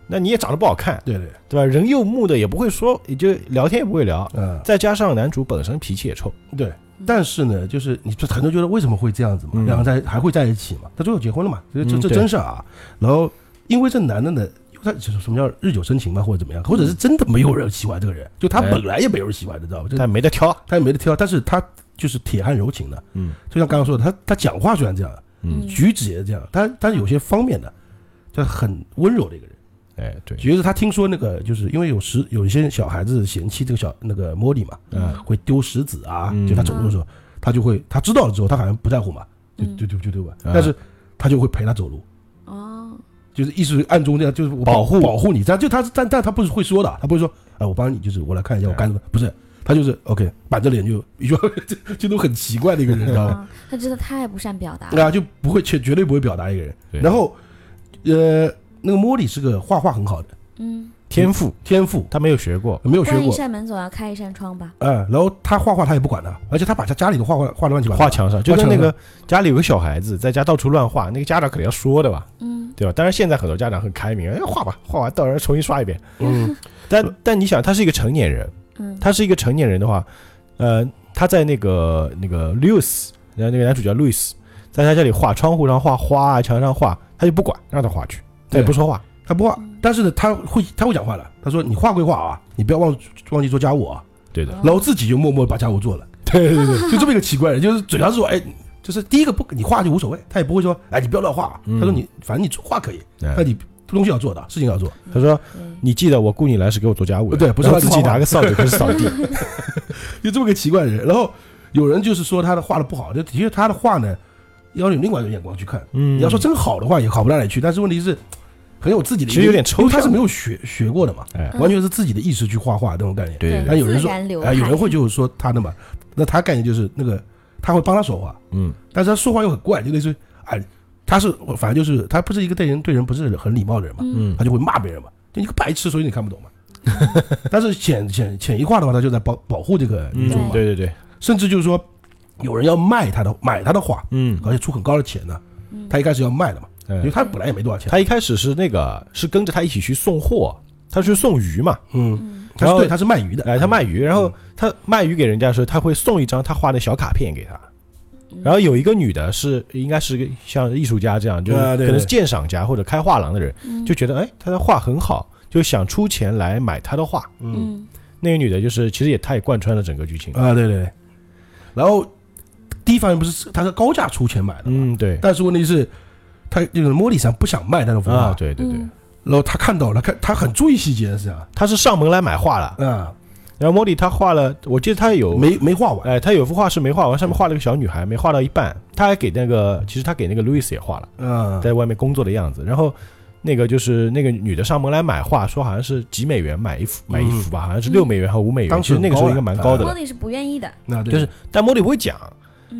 B: 那你也长得不好看，
C: 对对，
B: 对吧？人又木的，也不会说，也就聊天也不会聊，
C: 嗯
B: 再加上男主本身脾气也臭，
C: 对。但是呢，就是你就很多人觉得为什么会这样子嘛，
B: 嗯
C: 两个在还会在一起嘛，他最后结婚了嘛，这这
B: 嗯
C: 这
B: 对
C: 真事儿啊。然后因为这男的呢，他就是什么叫日久生情嘛，或者怎么样，或者是真的没有人喜欢这个人，就他
B: 嗯哎
C: 本来也没有人喜欢的，知道吧？就
B: 但没得挑，啊
C: 他也没得挑，但是他就是铁汉柔情的，
B: 嗯
C: 就像刚刚说的，他他讲话虽然这样，
B: 嗯，
D: 嗯
C: 举止也是这样，但但有些方面的，就很温柔的一个人。
B: 哎对，
C: 觉得他听说那个，就是因为有石有一些小孩子嫌弃这个小那个莫莉嘛，
B: 嗯
C: 会丢石子啊，
B: 嗯
C: 就他走路的时候，他就会他知道了之后，他好像不在乎嘛，就
D: 嗯
C: 就就就对吧？
B: 嗯
C: 但是他就会陪他走路，
D: 哦，
C: 就是意思是暗中这样，就是我
B: 保护
C: 保护你，但就他但但他不是会说的，他不会说哎我帮你，就是我来看一下我干什么，不是。他就是 OK，板着脸就一句话， 就就都很奇怪的一个人，知道吗？
D: 啊，他真的太不善表达了，
C: 呃啊，就不会，绝绝对不会表达一个人。
B: 对
C: 然后，呃，那个莫莉是个画画很好的
D: 嗯，
B: 天赋
C: 天赋，
B: 他没有学过，
C: 没有学
D: 关一
C: 过，
D: 扇门总要开一扇窗吧，
C: 嗯，然后他画画他也不管他，而且他把他家里的画画画的乱七八糟。
B: 画墙上，就
C: 画
B: 跟
C: 墙
B: 那个家里有个小孩子在家到处乱画，那个家长肯定要说的吧，
D: 嗯，
B: 对吧？当然现在很多家长很开明，哎，画吧，画完到时候重新刷一遍。
C: 嗯，
B: 但但你想，他是一个成年人，
D: 嗯，
B: 他是一个成年人的话，呃，他在那个那个 Louis，然后那个男主角 Louis，在他家里画窗户上画花啊，墙上画，他就不管，让他画去，他也不说话。
C: 他不画，但是呢，他会他会讲话的。他说：“你画归画啊，你不要忘忘记做家务啊。
B: 对”
D: 哦
C: 然后自己就默默把家务做了，
B: 对对 对，
C: 就这么一个奇怪人，就是嘴上说：“哎，就是第一个不你画就无所谓，他也不会说哎你不要乱画啊。
B: 嗯
C: 他说：“你反正你画可以，但
B: 哎
C: 你东西要做的，事情要做。
B: 他说
D: 对：“，
B: 你记得我雇你来是给我做家务的，
C: 对不是
B: 然后
C: 让
B: 自己
C: 你画画
B: 拿个扫帚开始扫地。”
C: 就这么个奇怪的人。然后有人就是说他的画的不好，就的确他的画呢要有另外一种眼光去看。
B: 嗯，
C: 你要说真好的话，也好不到哪里去。但是问题是，很有自己的一
B: 其
C: 个，
B: 实有点抽
C: 因为他
B: 象
C: 是没有学学过的嘛，
B: 哎，
C: 完全是自己的意识去画画那种概念。
B: 对对
C: 但有人
D: 自
C: 说，
D: 然流
C: 啊，有人
D: 派嗯
C: 会就是说他的嘛，那他概念就是那个他会帮他说话，
B: 嗯，
C: 但是他说话又很怪，就类似于哎，他是反正就是他不是一个对人对人不是很礼貌的人嘛，
B: 嗯
C: 他就会骂别人嘛，就一个白痴，所以你看不懂嘛。但是潜潜潜移化的话，他就在保保护这个女主嘛，
B: 嗯对对对，
C: 甚至就是说有人要卖他的买他的画，
B: 嗯，
C: 而且出很高的钱呢，
D: 嗯
C: 他一开始要卖的嘛，因为
B: 哎
C: 他本来也没多少钱，
B: 他一开始是那个是跟着他一起去送货，他去送鱼嘛，
C: 嗯，
D: 嗯
C: 他
B: 然
C: 是
B: 后
C: 对他是卖鱼的，
B: 哎，他卖
C: 嗯
B: 鱼，然后他卖鱼给人家的时候，他会送一张他画的小卡片给他。然后有一个女的是，应该是个像艺术家这样，就是
C: 啊对
B: 可能是
C: 对
B: 鉴赏家或者开画廊的人，
D: 嗯
B: 就觉得哎，他的画很好，就想出钱来买他的画。
C: 嗯
D: 嗯
B: 那个女的就是，其实也她也贯穿了整个剧情。
C: 啊对对，对然后第一方面不是他是高价出钱买的，
B: 嗯，对，
C: 但是问题是，他那个莫里桑不想卖他的幅
B: 啊，
C: 画，
B: 对对对，
D: 嗯
C: 然后他看到了，看他很注意细节是啊，
B: 她是上门来买画了。
C: 啊，
B: 然后莫莉她画了，我记得她有
C: 没没画完，
B: 哎，他有幅画是没画完，上面画了个小女孩，没画到一半，他还给那个，其实他给那个路易斯也画了，
C: 啊，
B: 在外面工作的样子。然后那个就是那个女的上门来买画，说好像是几美元买一幅，买一幅吧，好像是六美元和五美元，
C: 嗯当
B: 其
C: 时
B: 实
C: 很啊嗯
B: 那个时候应该蛮高的
D: 莫
B: 了。
D: 莉是不愿意的，嗯
C: 那对
B: 就是，但茉莉不会讲，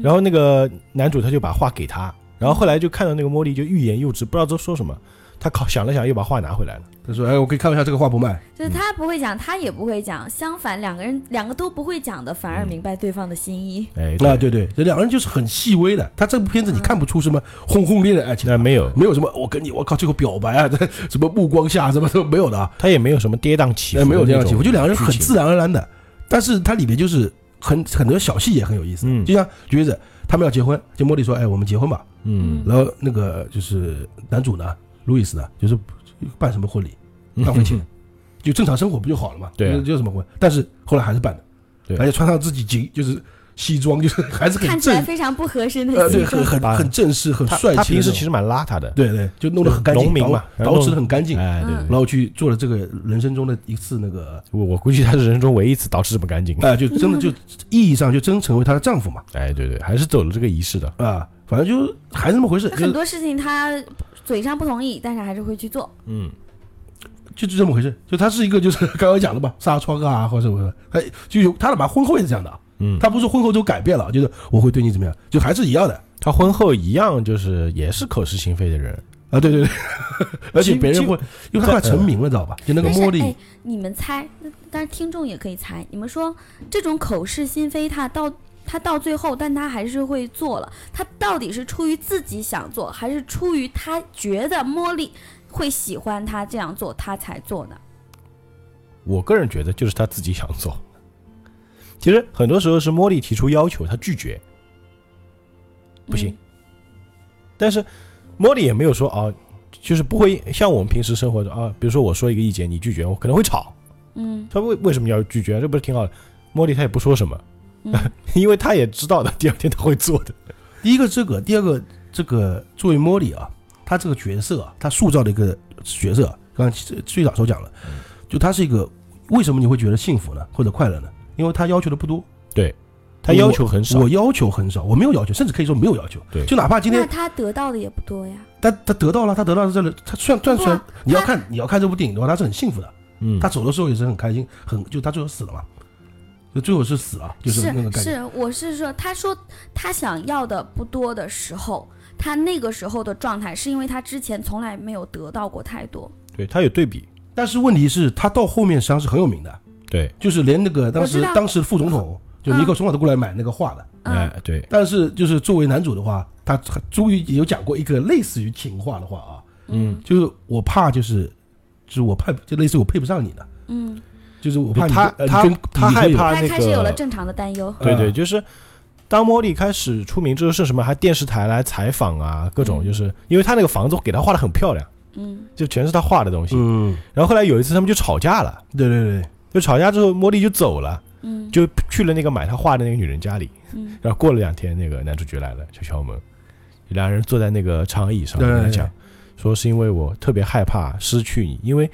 B: 然后那个男主他就把画给他，然后后来就看到那个茉莉就欲言又止，不知道在说什么。他考想了想，又把画拿回来了。
C: 他说哎，我可以看一下这个画不卖，
D: 就是他不会讲，他也不会讲，相反两个人两个都不会讲的，
C: 嗯
D: 反而明白对方的心意。
B: 哎，
C: 啊，对对，这两个人就是很细微的，他这部片子你看不出什么轰轰烈烈的爱情，
B: 那没有，
C: 没有什么我跟你我靠这个表白啊，这什么目光下什么都没有的啊，
B: 他也没有什么跌宕起
C: 哎
B: 伏，
C: 没有这样的
B: 起
C: 情
B: 伏，
C: 况，就两个人很
B: 剧情
C: 自然而啊然的，但是它里面就是很很多小细节很有意思，
B: 嗯
C: 就像举个例子，他们要结婚，就莫莉说，哎，我们结婚吧，
B: 嗯
C: 然后那个就是男主呢，路易斯呢，就是办什么婚礼，浪费钱，就正常生活不就好了嘛？
B: 嗯对啊
C: 就就什么婚，但是后来还是办的，
B: 对
C: 而且穿上自己紧就是西装， 就是还是
D: 看
C: 很
D: 起来
C: 正，
D: 非常不合身的
C: 呃，
D: 西
C: 对，很
D: 装，
C: 很
B: 把
C: 很正式，很
B: 他
C: 帅气的那种。
B: 他平时其实蛮邋遢的，
C: 对对，就弄得很干净，
B: 农民嘛
C: 捯
B: 然后
C: 捯饬的很干净，
B: 哎，对对
D: 嗯
C: 然后去做了这个人生中的一次那个，
B: 我我估计他是人生中唯一一次捯饬这么干净。
C: 哎，就真的就意义上就真成为她的丈夫嘛，
B: 哎，对对，还是走了这个仪式的。
C: 啊，反正就是还是那么回事，就
D: 很
C: 是
D: 多事情他嘴上不同意，但是还是会去做。
B: 嗯，
C: 就就这么回事，就她是一个就是刚刚讲的嘛，纱窗啊或者什么的，哎，就有她老爸婚后也是这样的啊，
B: 嗯
C: 她不是婚后就改变了，啊就是我会对你怎么样，就还是一样的。
B: 他婚后一样就是也是口是心非的人。
C: 啊，对对对，而且
B: 其
C: 别人
B: 其
C: 会，因为他后来成名了，知道吧？就那个
D: 但是
C: 茉
D: 哎
C: 莉，，
D: 你们猜，那但是听众也可以猜，你们说这种口是心非，他到他到最后，但他还是会做了，他到底是出于自己想做，还是出于他觉得茉莉会喜欢他这样做，他才做呢？
B: 我个人觉得就是他自己想做。其实很多时候是茉莉提出要求，他拒绝，不行
D: 嗯
B: 但是茉莉也没有说啊，就是不会像我们平时生活中啊，比如说我说一个意见，你拒绝，我可能会吵。
D: 嗯
B: 他为为什么要拒绝？这不是挺好的？茉莉她也不说什么，
D: 嗯
B: 因为她也知道的，第二天她会做的。
C: 第一个这个，第二个这个作为茉莉啊，她这个角色啊，她塑造的一个角色啊，刚刚最最早时候讲了，
B: 嗯
C: 就她是一个为什么你会觉得幸福呢，或者快乐呢？因为她要求的不多，
B: 她要求很少，
C: 我要求很少，我没有要求，甚至可以说没有要求。
B: 对
C: 就哪怕今
D: 那
C: 天
D: 他得到的也不多呀。
C: 她她得到了，她得到了这里，她虽然虽然虽然
D: 不
C: 你要
D: 她
C: 看你要看这部电影的话，她是很幸福的。
B: 嗯，
C: 她走的时候也是很开心，很就她最后死了嘛，就最后是死了，就是那个感觉。
D: 是，我是说，他说他想要的不多的时候，他那个时候的状态，是因为他之前从来没有得到过太多。嗯
B: 对她有对比，
C: 但是问题是，他到后面实际上是很有名的，
B: 对，
C: 就是连那个当时
D: 我知道
C: 当时副总统就尼克松啊都过来买那个画的。
B: 哎、
D: 嗯，
B: 对，
C: 但是就是作为男主的话，他终于有讲过一个类似于情话的话啊，
B: 嗯，
C: 就是我怕就是，就是我怕就类似于我配不上你的，
D: 嗯，
C: 就是我怕你
B: 他
C: 呃
B: 他
C: 你跟
B: 他
C: 你跟
B: 害
C: 有
B: 怕
D: 他
B: 那
D: 开始有了
B: 个，
D: 正常的担忧。
B: 对对，
C: 嗯
B: 就是当茉莉开始出名之后是什么？还电视台来采访啊，各
C: 嗯
B: 种就是因为他那个房子给他画的很漂亮，
D: 嗯，
B: 就全是他画的东西。
C: 嗯，
B: 然后后来有一次他们就吵架了，
C: 对对对，
B: 就吵架之后茉莉就走了，
D: 嗯
B: 就去了那个买他画的那个女人家里。
D: 嗯
B: 然后过了两天，那个男主角来了，就敲门，两人坐在那个长椅上
C: 对对
B: 跟他
C: 对
B: 讲，说是因为我特别害怕失去你，因为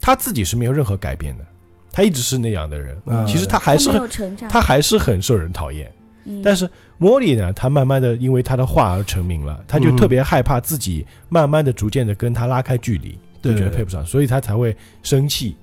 B: 他自己是没有任何改变的，他一直是那样的人。
C: 嗯
B: 其实他
D: 他
B: 还是
D: 没
B: 很
D: 有成长。
B: 他还是很受人讨厌。
D: 嗯
B: 但是莫莉呢，她慢慢的因为她的画而成名了，她就
C: 嗯
B: 特别害怕自己慢慢的、逐渐的跟他拉开距离，
C: 嗯对
B: 就觉得
C: 对
B: 配不上，所以她才会生气。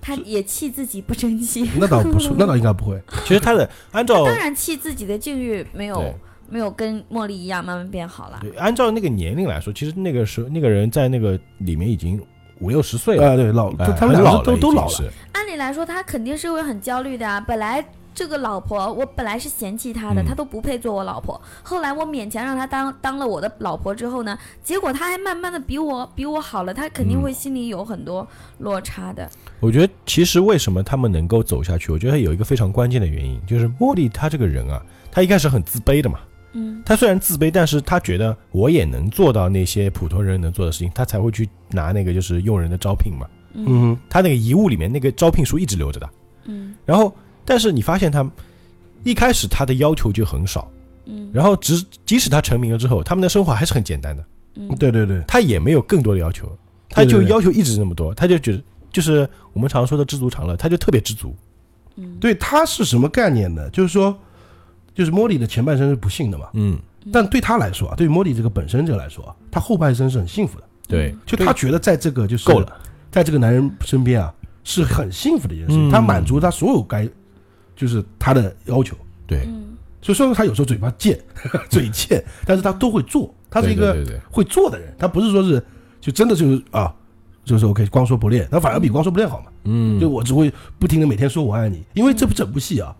D: 他也气自己不争气。
B: 哦
C: 那倒不是， 那倒应该不会。
B: 其实他的按 照
D: 当然气自己的境遇没有
B: 对
C: 啊
D: 没有跟茉莉一样慢慢变好了。
B: 对按照那个年龄来说，其实那个时候那个人在那个里面已经五六十岁了，
C: 啊，对，老
B: 哎
C: 他他们
B: 很
C: 俩
B: 老
C: 都
B: 了
C: 都
B: 已经
C: 老
B: 是
C: 了，
D: 按理来说，他肯定是会很焦虑的啊。本来这个老婆，我本来是嫌弃她的，
B: 嗯
D: 她都不配做我老婆。后来我勉强让她当当了我的老婆之后呢，结果她还慢慢的比我比我好了，她肯定会心里有很多落差的。
B: 我觉得其实为什么他们能够走下去，我觉得有一个非常关键的原因，就是茉莉她这个人啊，她一开始很自卑的嘛。
D: 嗯，
B: 她虽然自卑，但是她觉得我也能做到那些普通人能做的事情，她才会去拿那个就是用人的招聘嘛。
C: 嗯，
B: 她那个遗物里面那个招聘书一直留着的。
D: 嗯
B: 然后，但是你发现她一开始她的要求就很少，
D: 嗯
B: 然后只即使她成名了之后，他们的生活还是很简单的，
D: 嗯，
C: 对对对，
B: 她也没有更多的要求，她
C: 对
B: 就
C: 对对
B: 要求一直那么多，她就觉得就是我们常说的知足常乐，她就特别知足。
D: 嗯，
C: 对，他是什么概念呢？就是说，就是莫莉的前半生是不幸的嘛，
B: 嗯，
C: 但对他来说啊，对于莫莉这个本身者来说啊，他后半生是很幸福的。
B: 对，
C: 就他觉得在这个就是
B: 够了，
C: 在这个男人身边啊是很幸福的一件事情，
B: 嗯
C: 他满足他所有该就是他的要求。
B: 对，
D: 嗯
C: 所以说他有时候嘴巴贱， 嘴欠，但是他都会做，他是一个
B: 对对
C: 会做的人，他不是说是就真的就是啊，就是 OK 光说不练，他反而比光说不练好嘛。
B: 嗯
C: 就我只会不停的每天说我爱你，因为这部整部戏啊，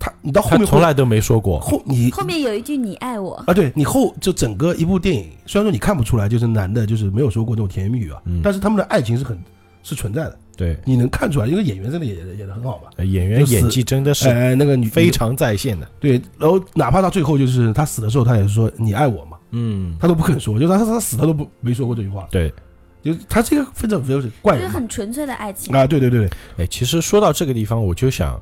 C: 他你到后
B: 他
C: 面
B: 从来都没说过，
C: 后你
D: 后面有一句你爱我，
C: 啊，对你后就整个一部电影，虽然说你看不出来，就是男的，就是没有说过那种甜言蜜语啊，
B: 嗯
C: 但是他们的爱情是很是存在的，
B: 对，
C: 你能看出来，因为演员真的演的演的很好嘛。
B: 呃演员
C: 就是
B: 演技真的是
C: 哎，那个女
B: 非常在线的，
C: 对，然后哪怕到最后就是他死的时候，他也是说你爱我嘛，
B: 嗯，
C: 他都不肯说，就是他他他死他都不没说过这句话，
B: 对，
C: 就是他这个非常非常怪
D: 就是
C: 人嘛
D: 很纯粹的爱情。
C: 啊，对对对对，
B: 哎，其实说到这个地方，我就想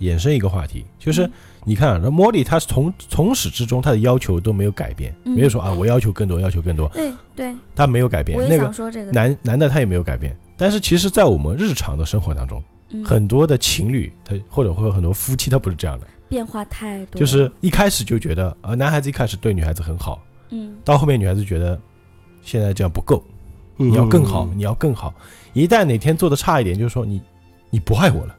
B: 衍生一个话题，
D: 嗯
B: 就是你看啊，那莫莉她从从始至终她的要求都没有改变，
D: 嗯
B: 没有说啊我要求更多，要求更多，
D: 对对，
B: 她没有改变
D: 我。也
B: 那个
D: 想说这个。
B: 男男的他也没有改变，但是其实，在我们日常的生活当中，
D: 嗯
B: 很多的情侣，他或者会有很多夫妻，他不是这样的，
D: 变化太多了，
B: 就是一开始就觉得啊，男孩子一开始对女孩子很好，
D: 嗯
B: 到后面女孩子觉得现在这样不够，
C: 你
B: 你要更好，
C: 嗯
B: 你要更好。一旦哪天做的差一点，就是说你你不爱我了，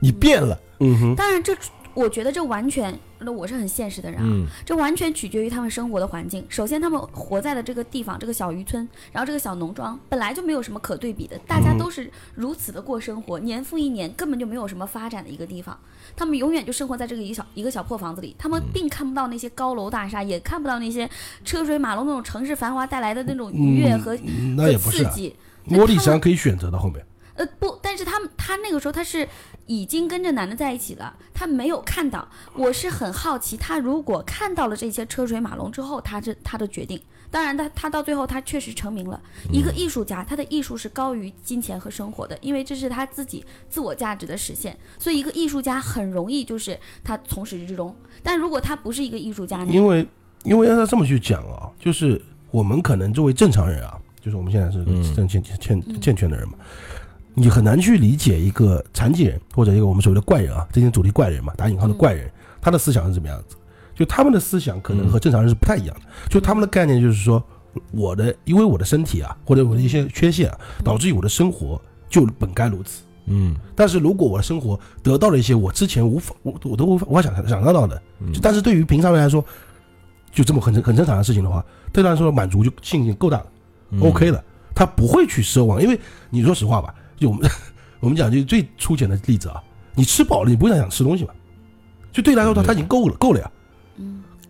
B: 你变了。
C: 嗯哼，
D: 当然这我觉得这完全，那我是很现实的人啊，
B: 嗯，
D: 这完全取决于他们生活的环境。首先，他们活在的这个地方，这个小渔村，然后这个小农庄，本来就没有什么可对比的，大
C: 嗯
D: 家都是如此的过生活，年复一年，根本就没有什么发展的一个地方。他们永远就生活在这个一小一个小破房子里，他
C: 嗯
D: 们并看不到那些高楼大厦，也看不到那些车水马龙那种城市繁华带来的那种愉悦和、
C: 嗯那
D: 和
C: 也不是
D: 刺
C: 啊，
D: 激。
C: 莫莉实际上可以选择的后面，
D: 呃，不，但是他们他那个时候他是已经跟这男的在一起了，他没有看到。我是很好奇，他如果看到了这些车水马龙之后，他这他的决定。当然他，他到最后他确实成名了。
C: 嗯
D: 一个艺术家，他的艺术是高于金钱和生活的，因为这是他自己自我价值的实现。所以，一个艺术家很容易就是他从始至终。但如果他不是一个艺术家呢？
C: 因为因为要这么去讲啊，就是我们可能作为正常人啊，就是我们现在是个
B: 嗯
C: 正健健健全的人嘛，你很难去理解一个残疾人或者一个我们所谓的怪人啊，这些主题怪人嘛，打引号的
D: 嗯
C: 怪人，他的思想是怎么样子？就他们的思想可
B: 嗯
C: 能和正常人是不太一样的，就他们的概念就是说，我的因为我的身体啊，或者我的一些缺陷啊，导致于我的生活就本该如此。
B: 嗯，
C: 但是如果我的生活得到了一些我之前无法我我都无法无法想想象到的，
B: 嗯
C: 就但是对于平常人来说，就这么很正很正常的事情的话，对他来说满足就信心够大了、o
B: 嗯
C: k 了，他不会去奢望，因为你说实话吧，就我们 我们讲就最粗浅的例子啊，你吃饱了，你不会再想吃东西吧？就对他来说，他
B: 对
C: 他已经够了，够了呀。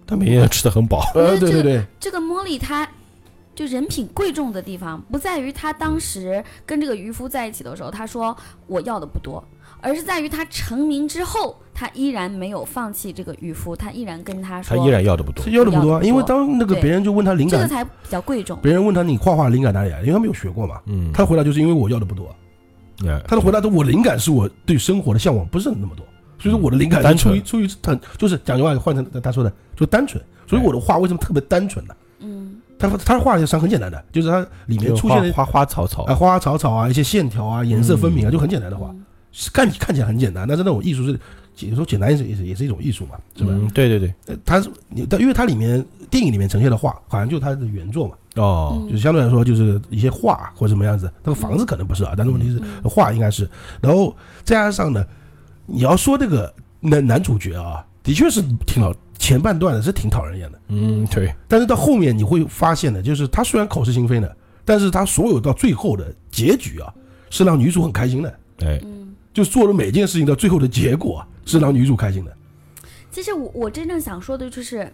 B: 他每天吃的很饱。
D: 呃
C: 呃，对
D: 对对
C: 对对，
D: 嗯这个茉莉她就人品贵重的地方，不在于她当时跟这个渔夫在一起的时候，她说我要的不多，而是在于她成名之后，她依然没有放弃这个渔夫，她依然跟他
B: 他
D: 说，
B: 依然要的不多
C: 这，要的不多
D: 要的不
C: 啊，
D: 多
C: 因为当那个
D: 对
C: 别人就问他灵
D: 这个
C: 感，
D: 才比较贵重。
C: 别人问他你画画灵感哪里来，因为他没有学过嘛，
B: 嗯，
C: 他回答就是因为我要的不多啊。
B: 哎
C: 他的回答都我灵感是我对生活的向往不是那么多，所以说我的灵
B: 嗯
C: 感
B: 单
C: 是出于
B: 纯
C: 出于很就是讲句话换成他说的就单纯，所以我的画为什么特别单纯呢？
D: 嗯
C: 他他画的实际上很简单的，就是它里面
B: 就
C: 出
B: 花
C: 现的
B: 花花草草嗯
C: 啊，花花草草啊一些线条啊颜色分明啊就很简单的画，是看看起来很简单，但是那种艺术是解说简单也是也是也是一种艺术嘛，是吧？
B: 嗯，对对对，
C: 呃它是你，但因为它里面电影里面呈现的画，好像就是它的原作嘛，
D: 嗯
B: 哦，
C: 就是相对来说就是一些画或者什么样子，那个房子可能不是啊，但是问题是
D: 嗯
C: 画应该是。然后再加上呢，你要说这个男男主角啊，的确是挺老，前半段是挺讨人厌的，
B: 嗯，对，
C: 但是到后面你会发现呢，就是他虽然口是心非的，但是他所有到最后的结局啊，是让女主很开心的，
B: 哎，
D: 嗯，
C: 就做的每件事情到最后的结果啊、是让女主开心的。
D: 其实我我真正想说的就是，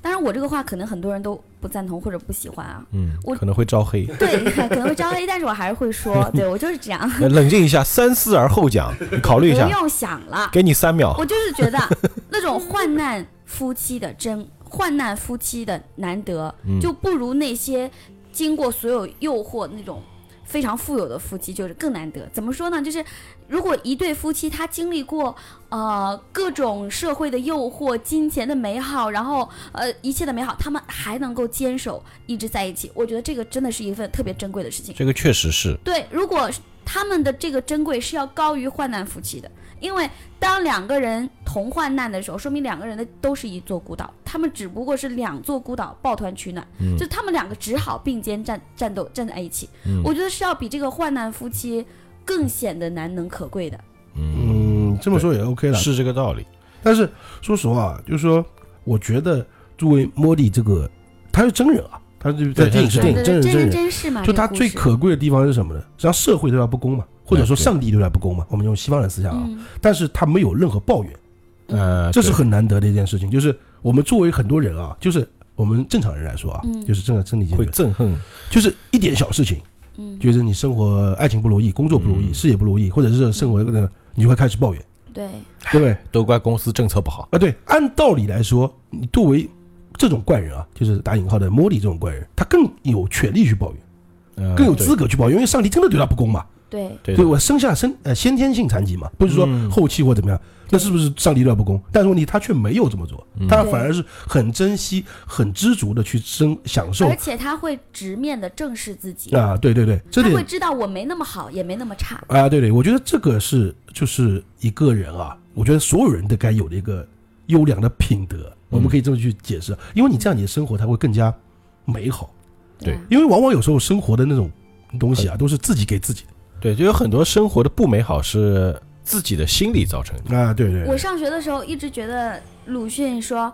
D: 当然我这个话可能很多人都不赞同或者不喜欢啊，
B: 嗯，
D: 我
B: 可能会招黑。
D: 对，可能会招黑，但是我还是会说，对我就是这样，
B: 呃冷静一下，三思而后 讲，你考
D: 不
B: 虑一下，
D: 用想了。
B: 给你三秒
D: 我。就是觉得那种患难夫妻的真患难夫妻的难得，就不如那些经过所有诱惑那种非常富有的夫妻，就是更难得。怎么说呢？就是如果一对夫妻他经历过呃各种社会的诱惑、金钱的美好，然后呃一切的美好，他们还能够坚守一直在一起，我觉得这个真的是一份特别珍贵的事情。
B: 这个确实是，
D: 对，如果是他们的这个珍贵是要高于患难夫妻的，因为当两个人同患难的时候，说明两个人的都是一座孤岛，他们只不过是两座孤岛抱团取暖，
B: 嗯
C: 嗯
D: 就他们两个只好并肩战战斗站在一起。
B: 嗯
D: 我觉得是要比这个患难夫妻更显得难能可贵的。
B: 嗯，
C: 嗯，这么说也 OK 了。
B: 是这个道理。
C: 但是说实话，就是说，我觉得作为莫莉这个，他是真人啊，他就在
B: 对
C: 电影是
B: 他是
C: 电
B: 真
C: 影，真人
D: 对对，
C: 真
D: 真人
C: 人。
D: 真事嘛，
C: 就
D: 这个
C: 他
D: 故
C: 最
D: 事
C: 可贵的地方是什么呢？实际上社会对他不公嘛，或者说上帝对他不公嘛。我们用西方人思想啊，
D: 嗯
C: 但是他没有任何抱怨，
B: 呃，
C: 这是
B: 对
C: 很难得的一件事情。就是我们作为很多人啊，就是我们正常人来说啊，
D: 嗯
C: 就是正常生理结
B: 会
C: 构，
B: 憎恨，
C: 就是一点小事情，
D: 嗯，
C: 觉得你生活、爱情不如意、工作不如意、
B: 嗯
C: 事业不如意，或者是生活的，你就会开始抱怨，
D: 对，
C: 对不对？
B: 都怪公司政策不好。
C: 啊，对，按道理来说，你作为这种怪人啊，就是打引号的莫莉这种怪人，他更有权利去抱怨，
B: 呃
C: 更有资格去抱怨，因为上帝真的对他不公嘛。
D: 对，
B: 对
C: 对
B: 对
C: 我生下生呃先天性残疾嘛，不是说
B: 嗯
C: 后期或怎么样，那是不是上帝对他不公？但是问题他却没有这么做，
B: 嗯
C: 他
D: 对
C: 反而是很珍惜、很知足的去生享受
D: 而且他会直面的正视自己，
C: 啊，对对对，这
D: 他
C: 点
D: 会知道我没那么好，也没那么差。
C: 啊，对对，我觉得这个是就是一个人啊，我觉得所有人都该有的一个优良的品德，我们可以这么去解释，因为你这样你的生活才会更加美好。
B: 对
D: 吧
C: 因为往往有时候生活的那种东西啊，都是自己给自己
B: 对，就有很多生活的不美好是自己的心理造成的。
C: 的啊，对对
D: 我上学的时候一直觉得鲁迅说，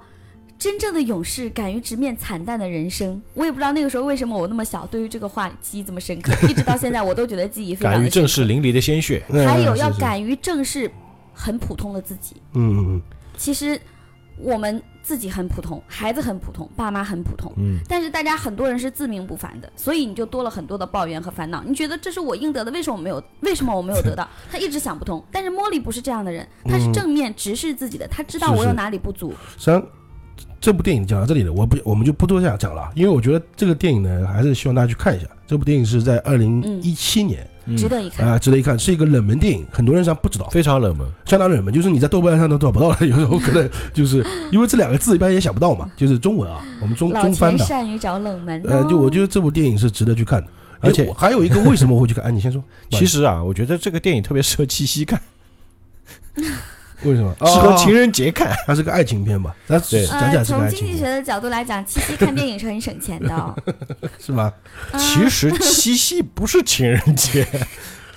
D: 真正的勇士敢于直面惨淡的人生。我也不知道那个时候为什么我那么小，对于这个话记忆这么深 刻，一直到现在我都觉得记忆非常
B: 敢于
D: 的深
B: 正视淋漓的鲜血，
C: 对
D: 还有要，
C: 嗯
D: 敢于正视很普通的自
C: 是
D: 己。
C: 是嗯嗯嗯，
D: 其实我们自己很普通，孩子很普通，爸妈很普通。
B: 嗯，
D: 但是大家很多人是自命不凡的，所以你就多了很多的抱怨和烦恼。你觉得这是我应得的，为什么我没有？为什么我没有 得到？他一直想不通。但是莫莉不是这样的人，他是正面直视自己的，他知道
C: 是
D: 我有
C: 是
D: 哪里不足。
C: 实际上这部电影讲到这里了，我不我们就不多讲讲了啊，因为我觉得这个电影呢，还是希望大家去看一下。这部电影是在二零一七年
B: 嗯
D: 值得一看。
C: 啊，值得一看，是一个冷门电影，很多人上不知道。
B: 非常冷门。
C: 相当冷门，就是你在豆瓣上都找不到了。有时候可能就是因为这两个字一般也想不到嘛，就是中文啊，我们中
D: 老
C: 中翻
D: 钱
C: 的。
D: 善于找冷门、哦
C: 呃，就我觉得这部电影是值得去看的，哎
B: 而且
C: 我还有一个为什么我会去看？哎，你先说。
B: 其实啊，我觉得这个电影特别适合七夕看，
C: 为什么？
B: 适合情
C: 人，
B: 人节
D: 啊
B: 看。
C: 它是个爱情片吧？它
B: 对
C: 讲
D: 呃，
C: 讲是个
D: 从
C: 爱
D: 经
C: 情
D: 济学
C: 片，
D: 的角度来讲，七夕看电影是很省钱的、哦。
C: 是吧？
D: 啊
B: 其实七夕不是情人节，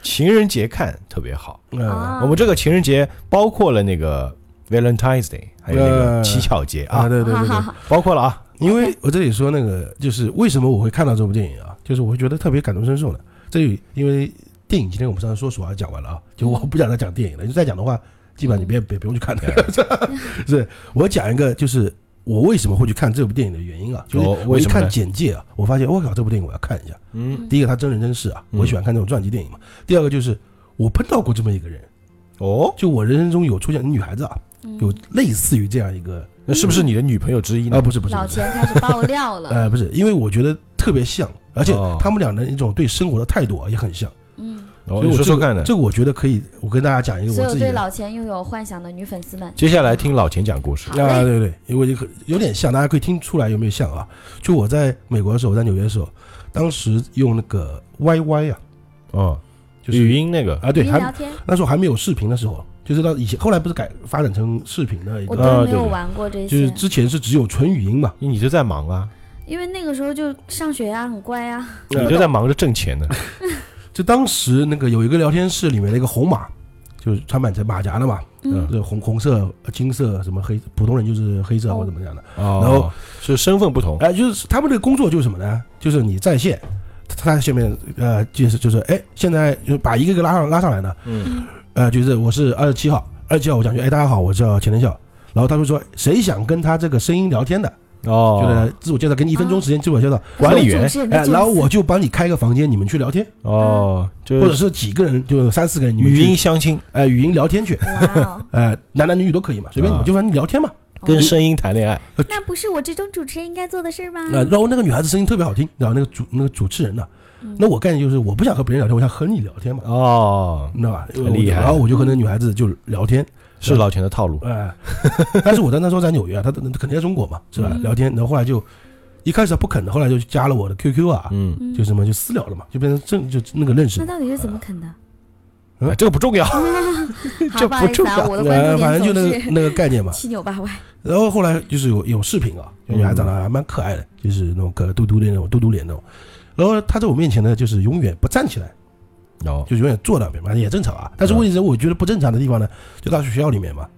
B: 情人节看特别好。
C: 呃
D: 啊
B: 我们这个情人节包括了那个 Valentine's Day，还有那个
C: 呃
B: 乞巧节
C: 啊，
B: 啊，
C: 对对
D: 好
C: 对
D: 好
C: 对。
D: 好，
B: 包括了啊。
C: 因为我这里说那个，就是为什么我会看到这部电影啊？就是我会觉得特别感同身受的。这里因为电影今天我们上次说实话讲完了啊，就我不想再讲电影了，就再讲的话，基本上你别别不用去看了。 是我讲一个，就是我为什么会去看这部电影的原因啊？就是
B: 哦
C: 我
B: 为
C: 一
B: 什么呢
C: 看简介啊，我发现我靠，这部电影我要看一下。
B: 嗯，
C: 第一个，它真人真事啊，
B: 嗯
C: 我喜欢看这种传记电影嘛。第二个就是我碰到过这么一个人，
B: 哦，
C: 就我人生中有出现女孩子啊，
D: 嗯
C: 有类似于这样一个
B: 那是不是你的女朋友之一呢？
C: 啊，不是不是
D: 老
C: 不是。
D: 钱开始爆料了。
C: 呃，不是，因为我觉得特别像，而且
B: 哦
C: 他们俩的一种对生活的态度啊也很像，
D: 嗯，
B: 哦，
C: 所以
B: 你
C: 我
B: 说
C: 这
B: 说
C: 个
B: 看呢。
C: 这个我觉得可以，我跟大家讲一个
D: 所
C: 哎我
D: 有
C: 自己
D: 对
C: 的。
D: 老钱拥有幻想的女粉丝们，
B: 接下来听老钱讲故事。
D: 好
C: 啊，
D: 嘞
C: 对对，因为有有点像，大家可以听出来有没有像啊？就我在美国的时候，我在纽约的时候，当时用那个 YY 啊，
B: 哦，
C: 就是
B: 语音那个，
C: 啊，
D: 语
C: 对，
D: 音
C: 还
D: 聊天，
C: 那时候还没有视频的时候，就是到以前后来不是改发展成视频的一
D: 我
C: 个，
D: 都
B: 啊
D: 没有
B: 对
D: 玩过这
C: 呃就
D: 些
C: 是，之前是只有纯语音嘛，
B: 你就在忙啊，
D: 因为那个时候就上学呀、很乖呀、啊
C: 啊
B: 你就在忙着挣钱呢。
C: 就当时那个有一个聊天室里面的一个红马，就是穿满成马甲的嘛，
D: 嗯，
C: 就是红红色、呃金色什么黑，普通人就是黑色或者怎么样的。
B: 哦
C: 然后
B: 是身份不同，
C: 哎、就是他们的工作就是什么呢？就是你在线，他他下面呃就是就是哎，现在就把一个个拉上拉上来呢，
B: 嗯，
C: 呃，就是我是二十七号，二十七号我讲句，哎，大家好，我叫钱天笑。然后他就说，谁想跟他这个声音聊天的，
B: 哦，
C: 就是自我介绍，给你一分钟时间自我介绍。
B: 管 理
D: 主
B: 员，
D: 持人的
C: 哎，
D: 角色
C: 然后我就帮你开个房间，你们去聊天，
B: 哦，就
C: 或者
B: 是
C: 是几个人，就三四个人，你们
B: 语
C: 去
B: 音相亲，
C: 哎语音聊天去，
D: 哇哦，
C: 哎，男男女女都可以嘛，随便你
B: 啊
C: 们，就反正你聊天嘛。
B: 跟声音谈恋爱，
D: 那不是我这种主持人应该做的事儿吗？
C: 呃，然后那个女孩子声音特别好听，然后那个主那个主持人呢、
D: 嗯
C: 那我概念就是我不想和别人聊天，我想和你聊天嘛，
B: 哦，
C: 你知道吧？
B: 很厉害
C: 然后我就和那女孩子就聊天，
B: 是老钱的套路，
C: 哎、但是我在那时候在纽约啊，她她肯定在中国嘛，是吧？
D: 嗯
C: 聊天，然后后来就一开始她不肯的，后来就加了我的 QQ 啊，
B: 嗯，
C: 就什么就私聊了嘛，就变成正就那个认识
D: 那，到底是怎么 啃的？
C: 嗯
B: 哎这个不 重要，
D: 好，不好意思啊，我的关
C: 呃，
D: 注
C: 反正
D: 点
C: 就
D: 总
C: 那
D: 是
C: 个那个概念嘛。
D: 七扭 八歪。
C: 然后后来就是有有视频啊，就女孩长得还蛮可爱的，就是那种可嘟嘟的那种嘟嘟脸那种。然后她在我面前呢，就是永远不站起来。
B: 哦，
C: 就是永远坐两边嘛，也正常啊。但是问题是，我觉得不正常的地方呢，就大学学校里面嘛，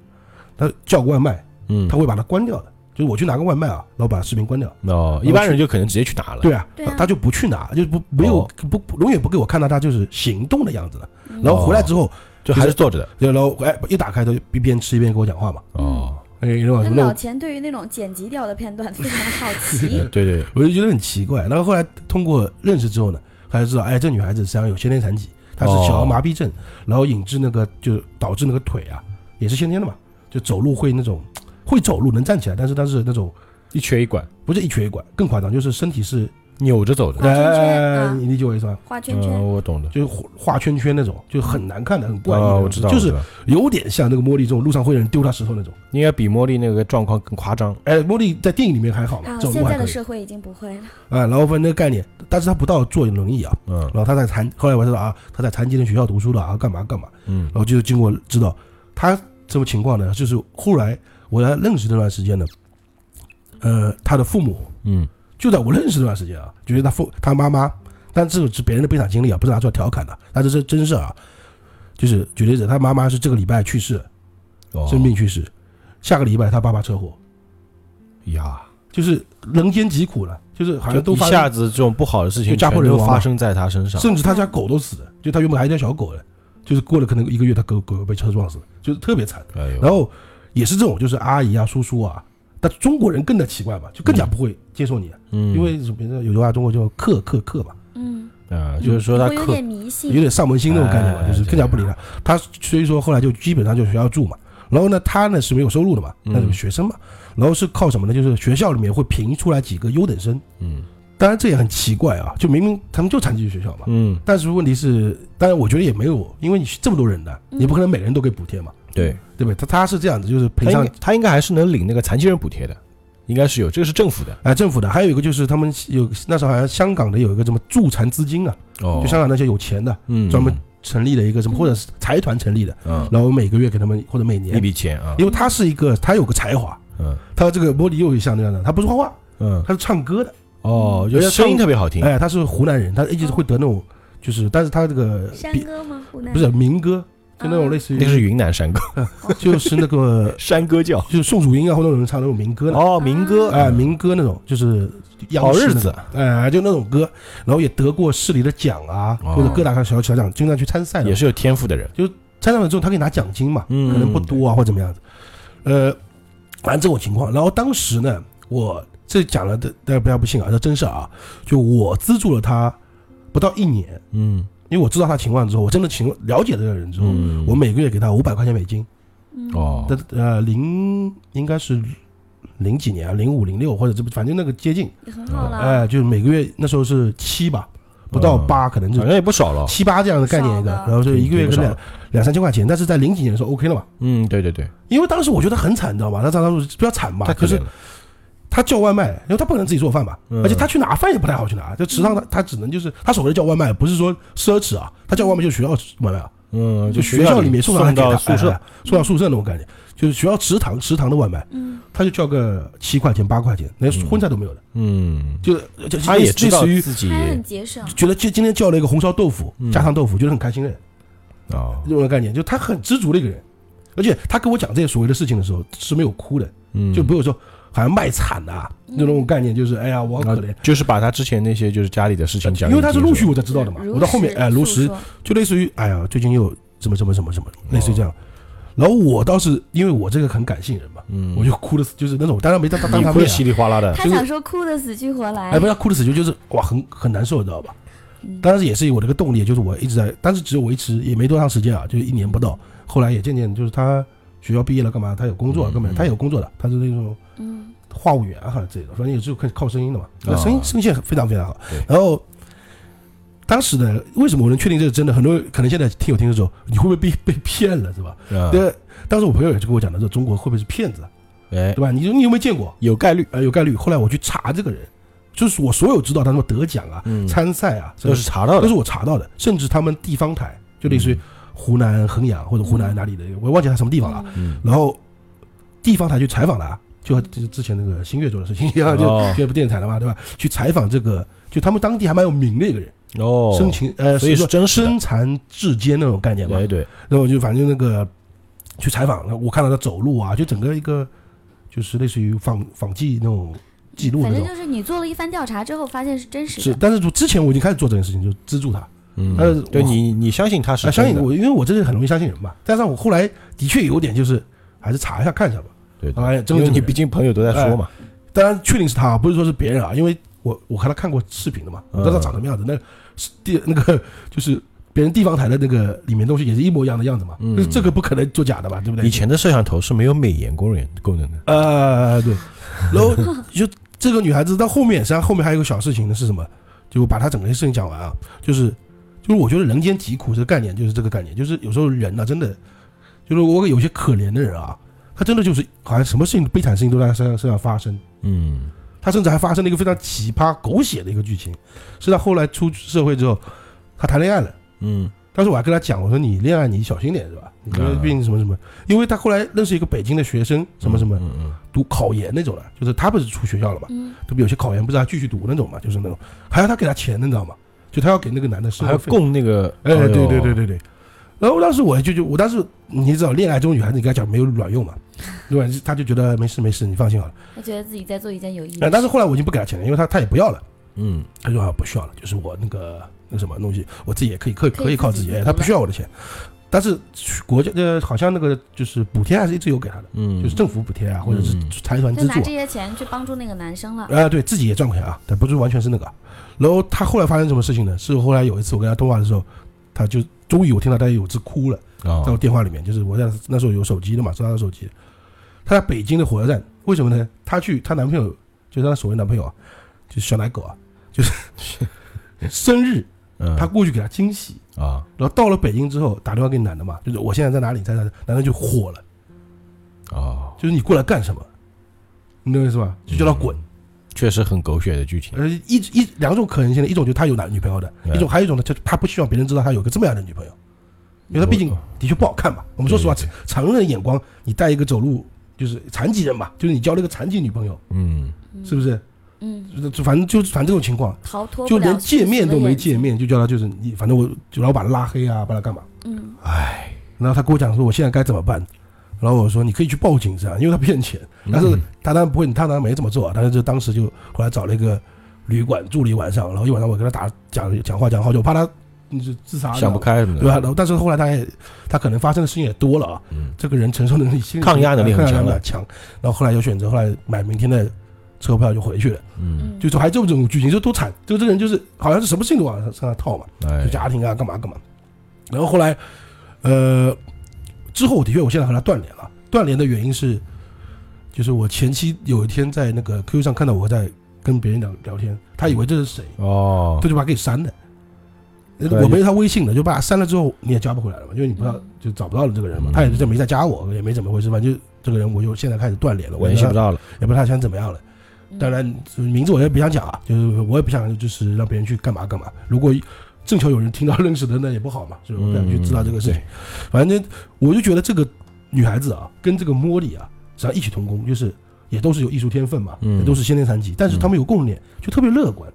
C: 他叫个外卖，
B: 嗯
C: 他，会把它关掉的。就是我去拿个外卖啊，然后把视频关掉。
B: 哦，一般人就可能直接去拿了，
C: 对啊，
D: 对啊
C: 他就不去拿，就不没有
B: 哦
C: 不不永远不给我看到他就是行动的样子了。然后回来之后，
B: 就还是坐着的，
C: 然后哎一打开，他就一边吃一边跟我讲话嘛。
B: 哦，
C: 哎，那种
D: 那
C: 那
D: 老
C: 种
D: 钱对于那种剪辑掉的片段非常的 好奇
B: 对，
D: 嗯
B: 对，
C: 啊我就觉得很奇怪。然后后来通过认识之后呢，他就知道，哎，这女孩子实际上有先天残疾，她是小儿麻痹症，然后引致那个就导致那个腿啊也是先天的嘛，就走路会那种会走路能站起来，但是她是那种
B: 一瘸一拐，
C: 不是一瘸一拐，更夸张，就是身体是
B: 扭着走的，
D: 画圈圈
C: 呃，
D: 啊
C: 你理解我意思吧？
D: 画圈
B: 嗯，
C: 呃
D: 圈，
B: 我懂的，
C: 就是画圈圈那种，就很难看的，很怪异的那
B: 哦，
C: 种，
B: 我知道，
C: 就
B: 我
C: 是
B: 知道
C: 有点像那个茉莉这种路上会有人丢她石头那种。
B: 应该比茉莉那个状况更夸张，
C: 哎，茉莉在电影里面还好嘛，
D: 啊，
C: 走
D: 现
C: 路
D: 在
C: 还可
D: 的
C: 以。
D: 社会已经 不会了。
C: 哎，然后反正那个概念，但是她不到坐轮椅啊，
B: 嗯
C: 然后他在残，后来我知道啊，他在残疾人学校读书的啊，干嘛干嘛。
B: 嗯
C: 然后就经过知道他什么情况呢？就是后来我来认识这段时间呢，呃，他的父母
B: 嗯，
C: 就在我认识这段时间啊，就是他父他妈妈，但这个是别人的悲惨经历啊，不是拿出来调侃的，但是这真事儿啊。就是举例子，他妈妈是这个礼拜去世，
B: 哦
C: 生病去世，下个礼拜他爸爸车祸，
B: 呀，
C: 就是人间疾苦了，就是好像
B: 就
C: 都
B: 一
C: 发
B: 下
C: 生，
B: 子这种不好的事情
C: 就家破
B: 全
C: 人
B: 都
C: 亡
B: 发
C: 嘛
B: 生在他身上，
C: 甚至他家狗都死了，就他原本还有一条小狗的，就是过了可能一个月，他狗狗被车撞死了，就是特别惨。
B: 哎呦，
C: 然后也是这种，就是阿姨啊、叔叔啊，但中国人更加奇怪吧，就更加不会接受你，啊
B: 嗯，
C: 因为什么有句话中国叫客客客吧，
D: 嗯，
B: 啊，就是说他
D: 会有
B: 克
D: 点迷信
C: 有，点上门星那种概念嘛，
B: 哎
C: 就是更加不理他。他所以说后来就基本上就学校住嘛，然后呢，他呢是没有收入的嘛，
B: 嗯
C: 那是学生嘛，然后是靠什么呢？就是学校里面会评出来几个优等生，
B: 嗯
C: 当然这也很奇怪啊，就明明他们就残疾学校嘛。
B: 嗯，
C: 但是问题是，当然我觉得也没有，因为你这么多人的，
B: 嗯
C: 你不可能每个人都给补贴嘛，
B: 对，
C: 对不对？他他是这样子，就是
B: 嗯他
C: 赔
B: 应
C: 偿
B: 该他应该还是能领那个残疾人补贴的，应该是有，这个是政府的
C: 哎，政府的，还有一个就是他们有那时候好像香港的有一个什么助残资金啊，
B: 哦
C: 就香港那些有钱的
B: 嗯
C: 专门成立的一个什么，或者是财团成立的，
B: 嗯
C: 然后每个月给他们或者每
B: 一
C: 年，
B: 笔钱啊，
C: 因为他是一个他有个才华，
B: 嗯
C: 他这个莫迪又像那样的，他不是画画，
B: 嗯，
C: 他是唱歌的，
B: 哦，就
C: 人家
B: 声音
C: 唱
B: 特别好听，
C: 哎，他是湖南人，他一直会得那
B: 哦
C: 种就是，但是他这个
D: 山
C: 比
D: 歌吗？湖南
C: 不是民歌，就那种类
D: 似
C: 似
B: 嗯那个是
C: 于
B: 云南山歌，
C: 就是那个
B: 山歌教
C: 就是宋祖英啊或者有人唱那种民歌的，
B: 哦，民歌
D: 啊
C: 哎，民歌那种就是央
B: 好
C: 视
B: 日
C: 那种
B: 子，
C: 哎，就那种歌，然后也得过市里的奖啊，
B: 哦
C: 或者各大小小奖，经常去参赛的
B: 也。是有天赋的人，
C: 参赛完之后，他可以拿奖金嘛，
B: 嗯
C: 可能不多啊，或者怎么样子。呃，反正这种情况。然后当时呢，我这讲了的，大家不要不信啊，这真事儿啊，就我资助了他不到一年，
B: 嗯
C: 因为我知道他情况之后，我真的情了解这个人之后，
B: 嗯，
C: 我每个月给他五百块钱美金。
B: 哦
C: 他呃零应该是零几年啊，零五零六或者这反正那个接近，
D: 也很好
C: 哎、
D: 了，
C: 就是每个月那时候是七吧，不到
B: 嗯
C: 八，可能就
B: 好像也不少了，
C: 七八这样的概念一个，
D: 少的
C: 然后就一个月
B: 挺
C: 可
B: 不少
C: 能两两三千块钱，但是在零几年的时候 OK 了嘛？
B: 嗯，对对对，
C: 因为当时我觉得很惨，你知道吧？他当时比较惨吧，
B: 太可
C: 就
B: 怜
C: 是
B: 了，
C: 他叫外卖，因为他不可能自己做饭吧，
B: 嗯
C: 而且他去拿饭也不太好去拿，就食堂他他只能就是他所谓的叫外卖，不是说奢侈啊，他叫外卖就是学校外卖啊，
B: 嗯，
C: 就
B: 学
C: 学校里面
B: 送
C: 送上来给
B: 到
C: 他
B: 宿，舍
C: 哎，送到宿舍那种感觉，就是学校食堂食堂的外卖，
D: 嗯，
C: 他就叫个七块钱八块钱，连
B: 嗯
C: 荤菜都没有的，
B: 嗯，
C: 就就
B: 他也
C: 类似
B: 知
C: 类
B: 道
C: 似于
B: 自己
D: 他还很节省，
C: 觉得今今天叫了一个红烧豆腐
B: 嗯
C: 加上豆腐，觉得很开心的人，
B: 啊，
C: 这种概念，就他很知足的一个人。而且他跟我讲这些所谓的事情的时候是没有哭的，
B: 嗯，
C: 就不会说好像卖惨啊
D: 嗯
C: 那种概念，就是哎呀我好可怜
B: 啊，就是把他之前那些就是家里的事情讲，
C: 因为他是陆续我才知道的嘛
D: 如，
C: 我到后面
D: 实
C: 哎如
D: 诉
C: 实
D: 说
C: 就类似于哎呀，最近又怎么怎么怎么怎么，类似于这样。然后我倒是因为我这个很感性人嘛，
B: 嗯，
C: 我就哭的，就是那种当然没当当
B: 你
C: 他啊
B: 哭
C: 们
B: 得稀里哗啦的，
D: 他
C: 就是
D: 想说哭的死去活来
C: 哎，，不要哭的死就就是哇，很很难受，你知道吧
D: 嗯？
C: 当时也是我这个动力，就是我一直在，但是只有我一直也没多长时间啊，就是一年不到。后来也渐渐就是他学校毕业了干嘛，他有工作
B: 嗯
C: 根本
B: 嗯
C: 他有工作的，他是那种
D: 嗯，
C: 话务员啊，好像这种，反正也是靠靠声音的嘛，
B: 啊
C: 声音声线非常非常好
B: 对。
C: 然后当时的为什么我能确定这是真的？很多人可能现在听我听的时候，你会不会被被骗了是吧？
B: 啊
C: 对，当时我朋友也就跟我讲的，说中国会不会是骗子，啊
B: 哎
C: 对，吧？你说你有没有见过？
B: 有概率，
C: 呃，有概率。后来我去查这个人，就是我所有知道他什么得奖啊、
B: 嗯
C: 参赛啊，
B: 都
C: 都
B: 是
C: 是
B: 查到
C: 都
B: 的嗯
C: 是，我查到的，甚至他们地方台，就类似于湖南衡阳或者湖南哪里的，我忘记他什么地方了。
B: 嗯，
C: 然后地方台去采访他，就和就是之前那个新月做的事情 一样，就
B: 哦
C: 就不电视台了嘛，对吧？去采访这个，就他们当地还蛮有名的一个人，
B: 哦，
C: 生擒呃，
B: 所以是
C: 说
B: 真实的，
C: 身残志坚那种概念嘛。
B: 哎对，
C: 然后就反正那个去采访，我看到他走路啊，就整个一个就是类似于仿仿记那种记录
D: 反
C: 那
D: 正
C: 种。
D: 就是你做了一番调查之后，发现是真实
C: 是，
D: 的，
C: 但是之前我已经开始做这件事情，就资助他。
B: 嗯
C: 呃，
B: 对
C: 我
B: 你你相信他是
C: 啊，相信
B: 真的，
C: 我，因为我这人很容易相信人嘛。加上我后来的确有点就是，还是查一下看一下吧。
B: 对的，
C: 哎，真
B: 因为
C: 的哎是
B: 你
C: 人
B: 毕竟朋友都在说嘛，
C: 当然确定是他啊，不是说是别人啊，因为我我看他看过视频的嘛，
B: 嗯
C: 我知道他长什么样子。那是地那个就是别人地方台的那个里面东西也是一模一样的样子嘛，
B: 嗯
C: 就是这个不可能作假的吧，对不对？
B: 以前的摄像头是没有美颜功能功能的，
C: 呃，对，然后就这个女孩子到后面，实际上后面还有一个小事情呢，是什么？就我把她整个事情讲完啊，就是就是我觉得人间疾苦这个概念就是这个概念，就是有时候人啊呐、真的就是我有些可怜的人啊，他真的就是好像什么事情悲惨事情都在他身上身上发生，
B: 嗯，
C: 他甚至还发生了一个非常奇葩狗血的一个剧情，是他后来出社会之后，他谈恋爱了。
B: 嗯，
C: 当时我还跟他讲，我说你恋爱你小心点是吧？你因为
B: 嗯
C: 毕竟什么什么，因为他后来认识一个北京的学生，什么什么，
B: 嗯嗯
C: 读考研那种的，就是他不是出学校了嘛，
D: 嗯，
C: 对不对？有些考研不是还继续读那种嘛，就是那种，还要他给他钱的，你知道吗？就他要给那个男的
B: 嗯，
C: 生
B: 还
C: 活
B: 要
C: 费，
B: 供那个，
C: 哎，
B: 呦
C: 对对对，对对。然后当时我就就我当时你也知道，恋爱中女孩子你跟她讲没有卵用嘛，对吧？他就觉得没事没事，你放心好了。
D: 他觉得自己在做一件有意义
C: 哎
D: 的
C: 但
D: 事
C: 是后来我已经不给他钱了，因为他他也不要了，
B: 嗯
C: 他说啊不需要了，就是我那个那什么东西，我自己也可以可以
D: 可以
C: 可以靠
D: 自
C: 自
D: 己
C: 己，哎，
D: 独
C: 他
D: 立
C: 不需要我的钱。但是国家呃好像那个就是补贴还是一直有给他的，
B: 嗯，
C: 就是政府补贴啊，或者是
B: 嗯
C: 财团
D: 就
C: 资助
D: 拿
C: 啊
D: 这。些钱去帮助那个男生了，
C: 啊，对自己也赚过钱啊，但不是完全是那个。然后他后来发生什么事情呢？是后来有一次我跟他通话的时候，他就终于我听到他有一次哭了，
B: 啊
C: 在我电话里面，就是我在那时候有手机的嘛，是他的手机。他在北京的火车站，为什么呢？他去她男朋友，就是她所谓男朋友啊，就是小奶狗啊，就是 生日，
B: 嗯
C: 他过去给她惊喜。
B: 啊
C: 然后到了北京之后，打电话给男的嘛，就是我现在在哪里，在哪里？男的就火了，
B: 啊，
C: 就是你过来干什么？你懂我意思吧？就叫他滚。
B: 确实很狗血的剧情，
C: 呃，一一两种可能性呢，一种就是他有男女朋友的，
B: 嗯
C: 一种还有一种呢，就是他不希望别人知道他有个这么样的女朋友，因为他毕竟
B: 我
C: 的确不好看嘛。我们说实话
B: 对对，
C: 常人的眼光，你带一个走路就是残疾人嘛，就是你交了一个残疾女朋友，
B: 嗯
C: 是不是？
D: 嗯，
C: 就反正就反正这种情况，
D: 逃脱
C: 就
D: 不了
C: 连见面都没
D: 世俗的
C: 见
D: 眼
C: 面，就叫他就是你，反正我就老把他拉黑啊，把他干嘛？
D: 睛，嗯，
C: 然后他跟我讲说，我现在该怎么办？然后我说你可以去报警噻，因为他骗钱。但
B: 嗯
C: 是他当然不会，他当然没这么做，但是就当时就后来找了一个旅馆住了一晚上，然后一晚上我跟他打讲讲话讲好久，我怕他嗯就自杀，
B: 想不，开什么的，
C: 对吧？啊然后但是后来他也他可能发生的事情也多了啊，
B: 嗯
C: 这个人承受能力心理
B: 抗压能力很
C: 抗压
B: 强啊
C: 能力
B: 的
C: 很强。啊然后后来就选择后来买明天的车票就回去了，
B: 嗯，
C: 就是还这么这种剧情，就多惨，就这个人就是好像是什么事情都往身上套嘛。
B: 哎
C: 就，家庭啊，干嘛干嘛。然后后来，呃，之后我的确我现在和他断联了。断联的原因是，就是我前妻有一天在那个 QQ 上看到我在跟别人聊聊天，他以为这是谁，
B: 哦
C: 他，就把他给删了。呃
B: 对
C: 我没他微信的，就把他删了之后，你也加不回来了嘛，因为你不知道
D: 嗯
C: 就找不到了这个人嘛
B: 嗯，
C: 他也就没再加我，也没怎么回事，反正就这个人我就现在开始断联了，我
B: 联
C: 也
B: 系不
C: 知道，
B: 到了，
C: 也不知道他想怎么样了。
D: 嗯
C: 当然，名字我也不想讲啊，就是我也不想就是让别人去干嘛干嘛。如果正巧有人听到认识的，那也不好嘛，所以我不想去知道这个事情。
B: 嗯
C: 反正我就觉得这个女孩子啊，跟这个莫莉啊，实际上异曲同工，就是也都是有艺术天分嘛，
B: 嗯
C: 也都是先天残疾，但是他们有共点，就特别乐观，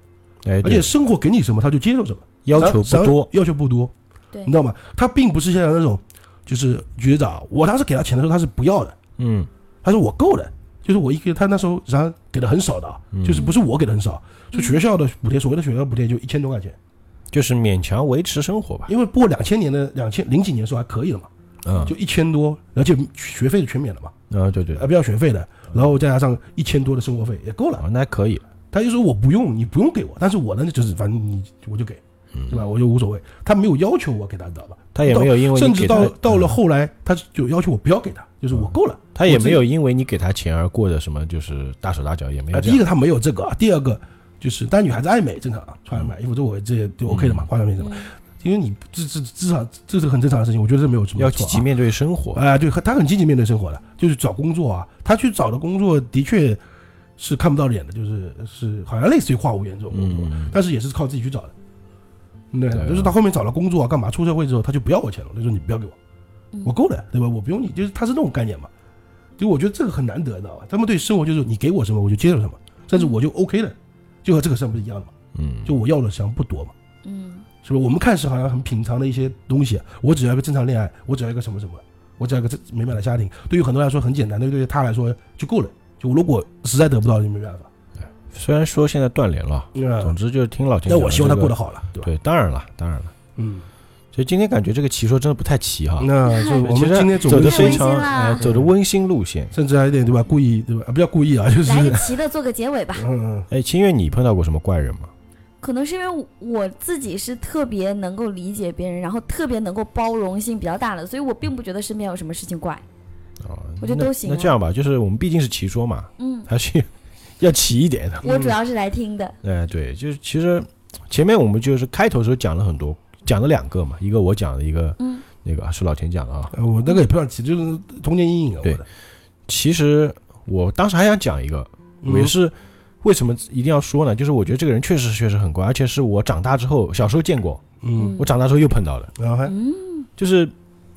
B: 哎，
C: 而
B: 对
C: 且生活给你什么他就接受什么，
B: 要求
C: 实际上
B: 不多，，
C: 要求不多，
D: 对
C: 你知道吗？他并不是像那种就是觉得啊，我当时给他钱的时候他是不要的，
B: 嗯
C: 他说我够了，就是我一个他那时候实际上给的很少的啊，
B: 嗯
C: 就是不是我给的很少，就学校的补贴，所谓的学校补贴就一千多块钱，
B: 嗯就是勉强维持生活吧，
C: 因为不过两千年的两千零几年的时候还可以了嘛，
B: 嗯，
C: 就一千多，而且学费是全免了嘛，
B: 啊，对对，
C: 还不要学费的，然后再加上一千多的生活费也够了。
B: 啊，那还可以，
C: 他就说我不用，你不用给我，但是我呢就是反正你我就给，
B: 嗯
C: 对吧？我就无所谓，他没有要求我给他，你知道吧？
B: 他也没有因为
C: 甚
B: 你
C: 至
B: 给
C: 到
B: 他，嗯
C: 到了后来，他就要求我不要给他，就是我够了。
B: 他也没有因为你给他钱而过的什么就是大手大脚，也没
C: 啊，
B: 有这
C: 第一
B: 样，
C: 个他没有这个，第二个就是，但女孩子爱美正常啊，穿买衣服这我这也就
B: 嗯
C: OK 的嘛，化妆品什么，因为你这这至少这是很正常的事情，我觉得这没有什么
B: 要积
C: 错啊
B: 极面对生活，
C: 哎、对，他很积极面对生活的，就是找工作啊，他去找的工作的确是看不到脸的，就是是好像类似于话务员这种工作，
B: 嗯
C: 但是也是靠自己去找的。对，
B: 对啊
C: 就是他后面找了工作、啊，干嘛出社会之后，他就不要我钱了，他说你不要给我，我够了，对吧？我不用你，就是他是那种概念嘛。就我觉得这个很难得，你知道吧？他们对生活就是你给我什么我就接受什么，甚至我就 OK 了，就和这个事儿不是一样的嘛？
B: 嗯，
C: 就我要的实际上不多嘛，
D: 嗯，
C: 是不是？我们看似好像很平常的一些东西，我只要一个正常恋爱，我只要一个什么什么，我只要一个这美满的家庭，对于很多人来说很简单，但对于他来说就够了。就如果实在得不到，就没办法。
B: 虽然说现在断联了，总
C: 嗯，
B: 之就是听老钱讲的
C: 那
B: 这个，
C: 我希望他过得好了，对吧？
B: 对，当然了，当然了，
C: 嗯，
B: 所以今天感觉这个棋说真的不太棋哈，
C: 那 就我
B: 其
C: 们
B: 实
C: 今天总
B: 走的
C: 的
D: 是
B: 非
C: 是，嗯
D: 太
B: 常
D: 温馨啦
B: 哎走的温馨路线，
C: 甚至还有点对吧？故意对吧？啊不要故意啊，就是
D: 来个齐的做个结尾吧。
C: 嗯，
B: 哎，清月，你碰到过什么怪人吗？
D: 可能是因为我自己是特别能够理解别人，然后特别能够包容性比较大的，所以我并不觉得身边有什么事情怪。
B: 啊，
D: 我觉得
B: 那
D: 都行
B: 那
D: 啊
B: 这样吧，就是我们毕竟是棋说嘛，
D: 嗯，
B: 还是要棋一
C: 嗯
B: 点的。
D: 我主要是来听的。
B: 哎，对，就是其实前面我们就是开头的时候讲了很多，讲了两个嘛，一个我讲的，一个
D: 嗯
B: 那个是老田讲的啊。
C: 呃我那个也不算起，就是童年阴影啊，我
B: 对
C: 的，
B: 其实我当时还想讲一个，
C: 嗯
B: 我也是为什么一定要说呢？就是我觉得这个人确实确实很怪，而且是我长大之后小时候见过，
C: 嗯，
B: 我长大之后又碰到的。
C: 然后还
D: 嗯
B: 就是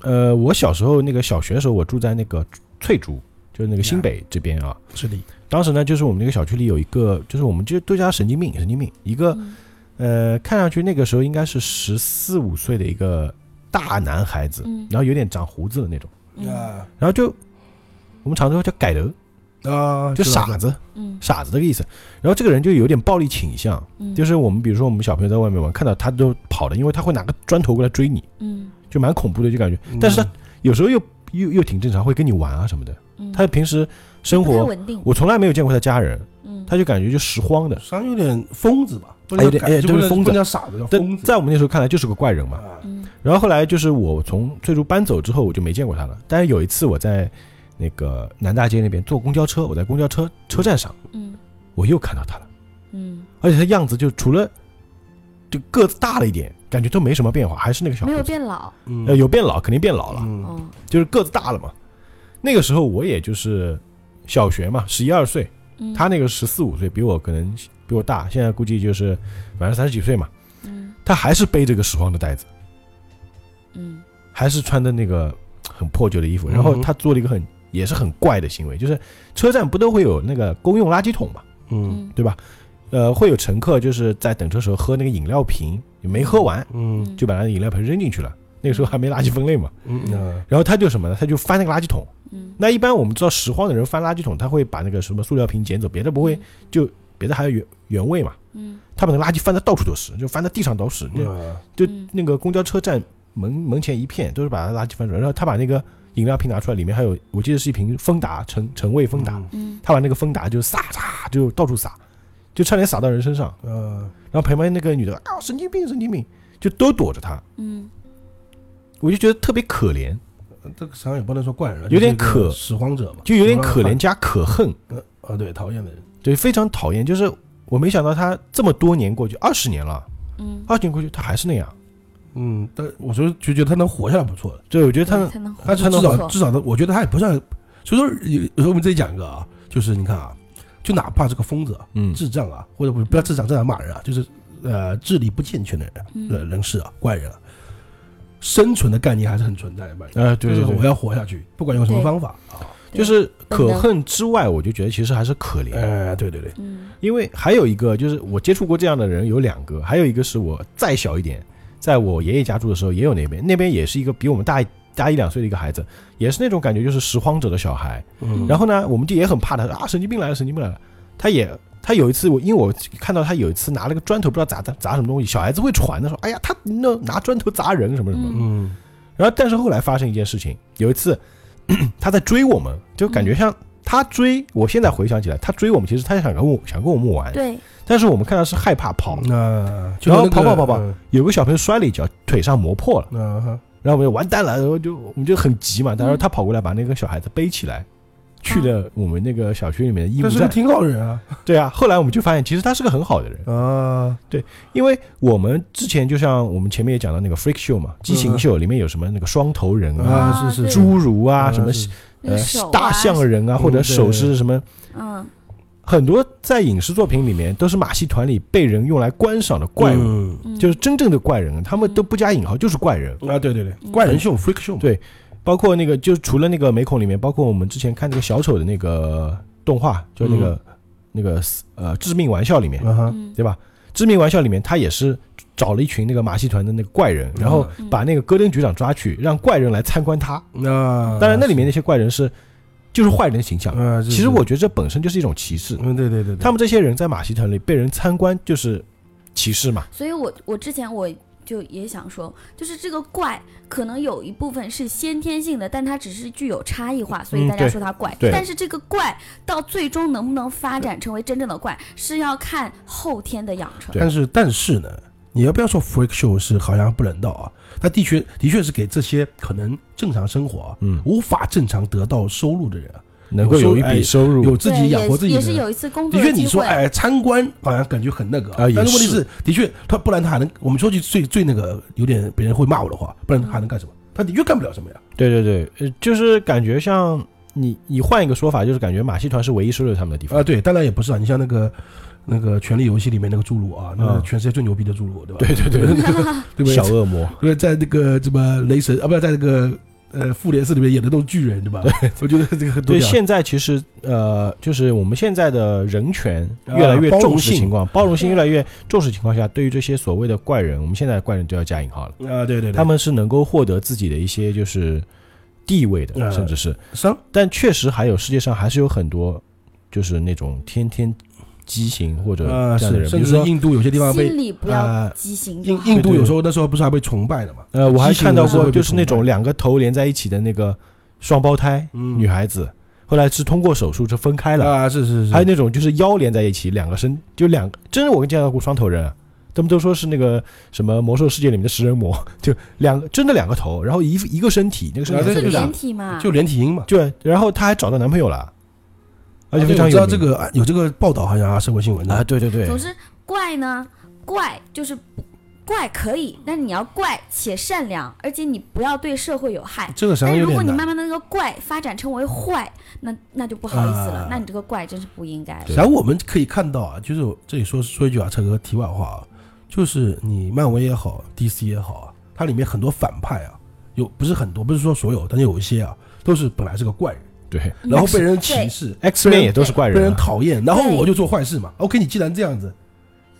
B: 呃，我小时候那个小学的时候，我住在那个翠竹，就是那个新北这边啊。
C: 是的，
B: 当时呢，就是我们那个小区里有一个，就是我们就都叫他神经病，神经病，一个
D: 嗯
B: 呃，看上去那个时候应该是十四五岁的一个大男孩子，
D: 嗯
B: 然后有点长胡子的那种，
D: 嗯
C: 啊
B: 然后就我们常说叫改头，
C: 啊，
B: 就
C: 知道
B: 傻，子，
D: 嗯
B: 傻子这个意思。然后这个人就有点暴力倾向，
D: 嗯，
B: 就是我们比如说我们小朋友在外面玩，看到他都跑的，因为他会拿个砖头过来追你，
D: 嗯
B: 就蛮恐怖的，就感觉。
C: 知道
B: 但是他有时候又又又挺正常，会跟你玩啊什么的。
D: 嗯，
B: 他平时生
D: 不太
B: 活，
D: 稳定，
B: 我从来没有见过他家人，
D: 嗯，
B: 他就感觉就拾荒的。
C: 实际上有点疯子吧，不
B: 哎有点
C: 能改
B: 哎
C: 就
B: 对
C: 不能
B: 疯子
C: 不能叫傻子，叫疯
B: 但
C: 子
B: 在我们那时候看来就是个怪人嘛。
C: 啊，
D: 嗯
B: 然后后来就是我从最初搬走之后，我就没见过他了。但是有一次我在那个南大街那边坐公交车，我在公交车车站上，
D: 嗯
B: 我又看到他了，
D: 嗯，
B: 而且他样子就除了就个子大了一点，感觉都没什么变化，还是那个小
D: 没
B: 伙
D: 有
B: 子。
D: 变老
C: 嗯
B: 呃，有变老，肯定变老了，
C: 嗯
D: 哦，
B: 就是个子大了嘛。那个时候我也就是小学嘛，十一二岁，
D: 嗯
B: 他那个十四五岁，比我可能比我大，现在估计就是反正三十几岁嘛，
D: 嗯
B: 他还是背着个拾荒的袋子，
D: 嗯
B: 还是穿的那个很破旧的衣服，然后
C: 嗯哼
B: 他做了一个很也是很怪的行为，就是车站不都会有那个公用垃圾桶嘛，
C: 嗯
D: 嗯
B: 对吧？呃，会有乘客就是在等车时候喝那个饮料瓶，没喝完
C: 嗯
B: 就把那个饮料瓶扔进去了。那个时候还没垃圾分类嘛，
C: 嗯啊
B: 然后他就什么呢？他就翻那个垃圾桶。
D: 嗯
B: 那一般我们知道拾荒的人翻垃圾桶，他会把那个什么塑料瓶捡走，别的
C: 嗯
B: 不会，就别的还有原原味嘛。
D: 嗯
B: 他把那个垃圾翻的到处都是，就翻到地上都是，就
C: 啊
B: 就
D: 嗯
B: 那个公交车站门门前一片都是把垃圾翻出来，然后他把那个饮料瓶拿出来，里面还有我记得是一瓶芬达陈陈味芬达，
D: 嗯
B: 他把那个芬达就撒撒就到处撒，就差点撒到人身上，
C: 啊
B: 然后旁边那个女的啊神经病神经病，就都躲着他，
D: 嗯
B: 我就觉得特别可怜，
C: 这个实际上也不能说怪人了，啊
B: 有点
C: 就是一个
B: 可
C: 拾荒者嘛，
B: 就有点可怜加可恨，
C: 呃啊，对，讨厌的人，
B: 对，非常讨厌，就是我没想到他这么多年过去，二十年了，
D: 嗯，
B: 二十年过去他还是那样，
C: 嗯，但我说就觉得他能活下来不错了，
B: 对，我觉得他
D: 才能
C: 他至
D: 才能
C: 少至少他，我觉得他也不算，所以说有有时候我们这里讲一个啊，就是你看啊，就哪怕这个疯子啊，
B: 嗯
C: 智障啊，或者不不要智障，这样骂人啊，就是呃智力不健全的
B: 嗯
C: 人
D: 嗯
C: 人人士啊，怪人啊，生存的概念还是很存在的吧？
B: 呃，对对
C: 就是我
B: 对，嗯
C: 要活下去，不管用什么
D: 对
C: 方法啊。
B: 就是可恨之外，我就觉得其实还是可怜。
C: 哎，对对对，
D: 嗯
B: 因为还有一个就是我接触过这样的人有两个，还有一个是我再小一点，在我爷爷家住的时候也有那边，那边也是一个比我们大一大一两岁的一个孩子，也是那种感觉就是拾荒者的小孩。
C: 嗯
B: 然后呢，我们就也很怕他啊，神经病来了，神经病来了。他也他有一次我因为我看到他有一次拿了个砖头，不知道砸砸砸什么东西，小孩子会传的说，哎呀，他那拿砖头砸人什么什么。
D: 嗯
C: 嗯
B: 然后但是后来发生一件事情，有一次嗯他在追我们，就感觉像。他追，我现在回想起来，他追我们，其实他想跟我想跟我们玩，
D: 对，
B: 但是我们看到是害怕跑，
C: 嗯那
B: 然后跑跑跑跑
C: 嗯
B: 有个小朋友摔了一跤，腿上磨破了，
C: 嗯哼
B: 然后我们就完蛋了，然后就我们就很急嘛，然后他跑过来把那个小孩子背起来，
C: 嗯
B: 去了我们那个小区里面的义务
C: 但是个
B: 站。
C: 挺好人啊
B: 对啊，后来我们就发现其实他是个很好的人，
C: 啊，
B: 因为我们之前就像我们前面也讲到那个 freak show 嘛，畸形秀里面有什么那个双头人啊、
C: 啊是是
D: 对
B: 侏儒啊、
C: 啊
B: 什么
C: 是
D: 那
B: 呃
D: 个手啊
B: 大象人啊，
C: 嗯
B: 或者手
C: 对
B: 势什么。
D: 嗯，
B: 很多在影视作品里面都是马戏团里被人用来观赏的怪物，
C: 嗯
D: 嗯
B: 就是真正的怪人，他们都不加引号，就是怪人。
C: 啊，对对对，怪人秀 freak show
B: 嗯
C: 嘛
B: 对包括那个，就是除了那个美恐里面，包括我们之前看那个小丑的那个动画，就那个、那个呃致命玩笑里面，
C: 嗯哼
D: 嗯
B: 对吧？致命玩笑里面，他也是找了一群那个马戏团的那个怪人，然后
D: 嗯
B: 把那个戈登局长抓去，让怪人来参观他。
C: 嗯那
B: 当然，那里面那些怪人是就是坏人的形象。
C: 啊，
B: 其实我觉得这本身就是一种歧视，
C: 嗯对对对，对
B: 他们这些人在马戏团里被人参观就是歧视嘛。
D: 所以我我之前我就也想说，就是这个怪可能有一部分是先天性的，但它只是具有差异化，所以
B: 嗯
D: 大家
B: 对
D: 说它怪。
B: 对
D: 但是这个怪到最终能不能发展成为真正的怪，是要看后天的养成。
B: 对
C: 但是但是呢，你要不要说 freak show 是好像不人道啊？它的确的确是给这些可能正常生活啊，
B: 嗯，
C: 无法正常得到收入的人啊，
B: 能够有一笔收入，
C: 有自己养活自
D: 对
C: 己
D: 也
C: 的
D: 是也
C: 人。
D: 是有一次工
C: 的
D: 作
C: 确，
D: 机
C: 你说
D: 会，
C: 哎，参观好像感觉很那个
B: 啊也
C: 但是问题
B: 是
C: 是，的确，他不然他还能，我们说句最最那个有点别人会骂我的话，不然他还能干什么？他的确干不了什么呀。
B: 对对对，呃，就是感觉像你，你换一个说法，就是感觉马戏团是唯一收留他们的地方。
C: 啊，对，当然也不是啊，你像那个那个《权力游戏》里面那个侏儒啊，那个
B: 嗯
C: 全世界最牛逼的侏儒，对吧？
B: 对对对，
C: 呃对不对？
B: 小恶魔，
C: 因为在那个什么雷神啊，不是在那个呃复联四里面演的都是巨人，对吧？我觉得这个很多
B: 对，
C: 屌
B: 现在其实呃，就是我们现在的人权呃越来越
C: 啊包容
B: 重视
C: 性
B: 情况，包容性越来越重视情况下，对于这些所谓的怪人，我们现在的怪人都要加引号了，
C: 啊，对对对，
B: 他们是能够获得自己的一些就是地位的，
C: 嗯
B: 甚至是，
C: 上
B: 但确实还有世界上还是有很多就是那种天天畸形或者
C: 啊
B: 这样的人，
C: 是，
B: 比
C: 甚
B: 如
C: 至
B: 说
C: 印度有些地方被
D: 心里不
C: 啊
D: 要畸形就
C: 印
D: 好。
C: 印度有时候那时候不是还被崇拜的嘛？
B: 呃，我还
C: 畸形
B: 看到
C: 的时候
B: 过，
C: 会被
B: 就是那
C: 崇
B: 种
C: 拜
B: 两个头连在一起的那个双胞胎
C: 嗯
B: 女孩子，后来是通过手术是分开了。
C: 啊，是是是，
B: 还有那种就是腰连在一起，两个身就两个，真的我跟见到过双头人啊，他们都说是那个什么魔兽世界里面的食人魔， 就两个真的两个头，然后一一个身体，那个身
C: 啊
B: 体
C: 对
D: 是
B: 很
C: 就
B: 大
D: 连，体嘛？
C: 就连体婴嘛。
B: 对，然后她还找到男朋友了，而且
C: 啊
B: 非
C: 对
B: 常
C: 我知
B: 有
C: 道这
B: 名
C: 个啊有这个报道，好像啊，社会新闻
B: 啊，
C: 的。
B: 对对对
D: 总，之怪呢，怪就是不怪可以，但是你要怪且善良，而且你不要对社会有害。
C: 这个实际
D: 但
C: 上
D: 是
C: 有
D: 如果
C: 点
D: 你慢
C: 难。
D: 慢的那个怪发展成为坏，那那就不好意思了，
C: 啊
D: 那你这个怪真是不应该。
B: 对
C: 然后我们可以看到啊，就是我这里说说一句啊，扯个题外话啊，就是你漫威也好，DC 也好啊，它里面很多反派啊，有不是很多，不是说所有，但是有一些啊，都是本来是个怪人。
B: 对
D: 嗯
C: 然后被人歧视，哎
B: ，X Men 也都是怪
C: 被人
B: 人啊，
C: 讨厌，然后
D: 对啊
C: 我就做坏事嘛。OK，你既然这样子，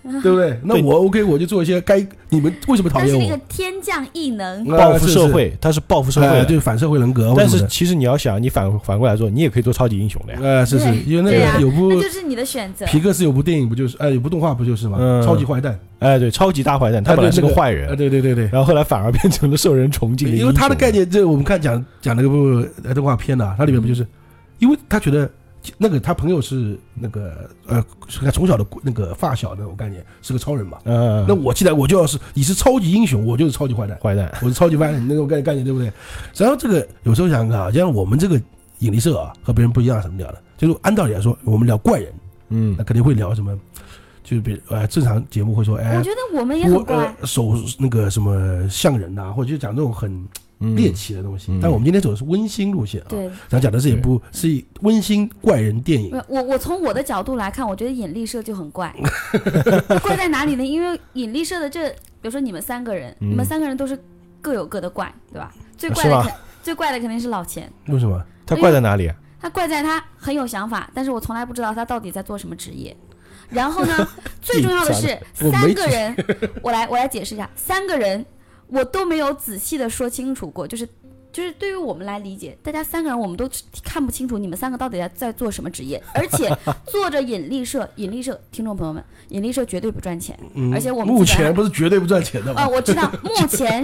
C: 对不对？那我 OK，我就做一些该你们为什么讨
D: 但是
C: 厌
D: 那个
C: 我？
D: 天降异能，
C: 啊
B: 报复社，
C: 是
B: 会，他是报复
C: 是
B: 社会
C: 哎
B: 的，
C: 对反社会人格或
B: 但
C: 者什
B: 是
C: 么的，
B: 其实你要想，你反反过来说，你也可以做超级英雄的呀。
C: 呃，是是，
D: 对
C: 因为那
D: 对呀
B: 啊
C: 个有部
D: 那就是你的选择。
C: 皮克斯有部电影不就是，呃，有部动画不就是嘛，
B: 嗯
C: 超级坏蛋，
B: 哎，对，超级大坏蛋，他本来是个坏
C: 啊，
B: 人，
C: 对对对对。
B: 然后后来反而变成了受人崇敬的英雄。啊
C: 因为他的概念，这我们看讲讲那个部呃动画片
B: 嗯
C: 呢、它里面不就是，因为他觉得那个他朋友是那个呃，是他从小的那个发小那种概念是个超人嘛，
B: 嗯，
C: 那我既然我就要是你是超级英雄，我就是超级 坏蛋，
B: 坏蛋，
C: 我是超级坏蛋那种概概念，对不对？然后这个有时候想想看啊，像我们这个引力社啊，和别人不一样，什么聊的？就是按道理来说，我们聊怪人，
B: 嗯
C: 那肯定会聊什么，就是比呃正常节目会说，哎
D: 我，觉得我们也
C: 我
D: 很怪，
C: 啊呃手那个什么像人呐、或者就讲这种很
B: 嗯
C: 猎奇的东西
B: 嗯。
C: 但我们今天走的是温馨路线啊，
D: 对，
C: 咱讲的是一部是一温馨怪人电影，
D: 我我我从我的角度来看，我觉得引力社就很 怪，怪在哪里呢？因为引力社的这，比如说你们三个人，
B: 嗯啊
D: 你们三个人都是各有各的怪，对吧？最怪
B: 是
D: 的
B: 吗
D: 肯最怪的肯定是老钱，
C: 为什么？
B: 他怪在哪里啊？
D: 他怪在他很有想法，但是我从来不知道他到底在做什么职业。然后 呢，最重要的是
C: 我
D: 三
C: 没
D: 个人， 我来我来解释一下，三个人我都没有仔细的说清楚过，就是就是对于我们来理解，大家三个人我们都看不清楚你们三个到底在在做什么职 业，而且做着引力社，引力社听众朋友们，引力社绝对不 赚钱，
C: 嗯
D: 而且我们
C: 目
D: 基本
C: 前
D: 上
C: 不是绝对不赚钱的
D: 呃，
C: 吗？
D: 我知道目 前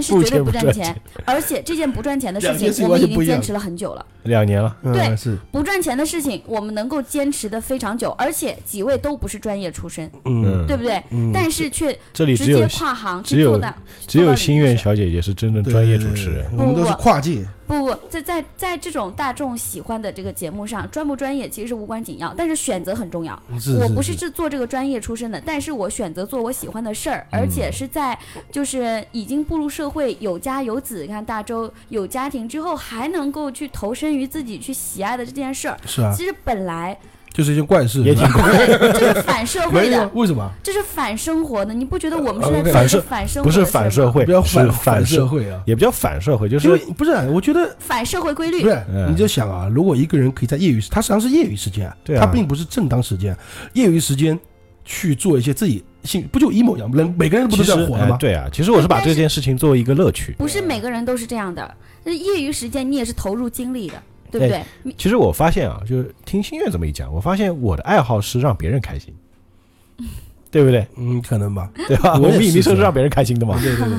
D: 是
B: 目
D: 绝对
B: 前
D: 不
B: 不
D: 赚
B: 赚
D: 钱，而且这件不赚钱的事
C: 两件事情
D: 情，我们
C: 完
D: 已
C: 全
D: 经
C: 不一样
D: 坚持了很久了。
B: 两年了，
C: 嗯
D: 对
C: 是，
D: 不赚钱的事情，我们能够坚持的非常久，而且几位都不是专业出身，
C: 嗯
B: 嗯，
D: 对不对？
C: 嗯，
D: 但是却
B: 这里
D: 直
B: 只有
D: 接跨行
B: 只
D: 去
B: 有
D: 做到，
B: 只有心愿小姐姐是真正
C: 对
B: 专业主持人，，
C: 对对我们都是
D: 不不
C: 跨界，
D: 不不，在在在这种大众喜欢的这个节目上，专不专业其实是无关紧要，但是选择很重要。
B: 嗯
C: 是
D: 我不是制做这个专业出身的，但是我选择做我喜欢的事儿，
B: 嗯
D: 而且是在就是已经步入社会、有家有子，你看大周有家庭之后，还能够去投身于自己去喜爱的这件事儿。
C: 是啊，
D: 其实本 来
C: 就是一件怪事，
B: 也 挺
C: 是吧
D: 这是反社会
C: 没
D: 的
C: 有，为什么？
D: 这是反生活的，你不觉得我们是在
C: 呃
D: 做一个
B: 反社
D: 反生活
B: 不
D: 的
B: 是
D: 事儿吗
B: 反社会，
C: 不要
B: 是
C: 反
B: 反
C: 社
B: 社，
C: 会啊，
B: 也不叫反社会，就
C: 因为
B: 是
C: 不是啊，我觉得
D: 反社会规律
C: 不？是，
B: 嗯
C: 你就想啊，如果一个人可以在业余时，他实际上是业余时间，
B: 对啊
C: 他并不是正当时间，啊业余时间去做一些自己兴，不就 emo 一样，人每个人不
B: 其
C: 都这
B: 实
C: 样活的
B: 哎
C: 吗？
B: 对啊，其实我是把
D: 但是
B: 这件事情作为一个乐趣。
D: 不是每个人都是这样的，那业余时间你也是投入精力的，对不对？你
B: 其实我发现啊，就是听心愿这么一讲，我发现我的爱好是让别人开心，对不对？
C: 嗯，可能 吧。
B: 对吧？
C: 我
B: 我
C: 也
B: 们引力
C: 是
B: 社是
C: 这样
B: 让别人开心的嘛，
C: 对对对，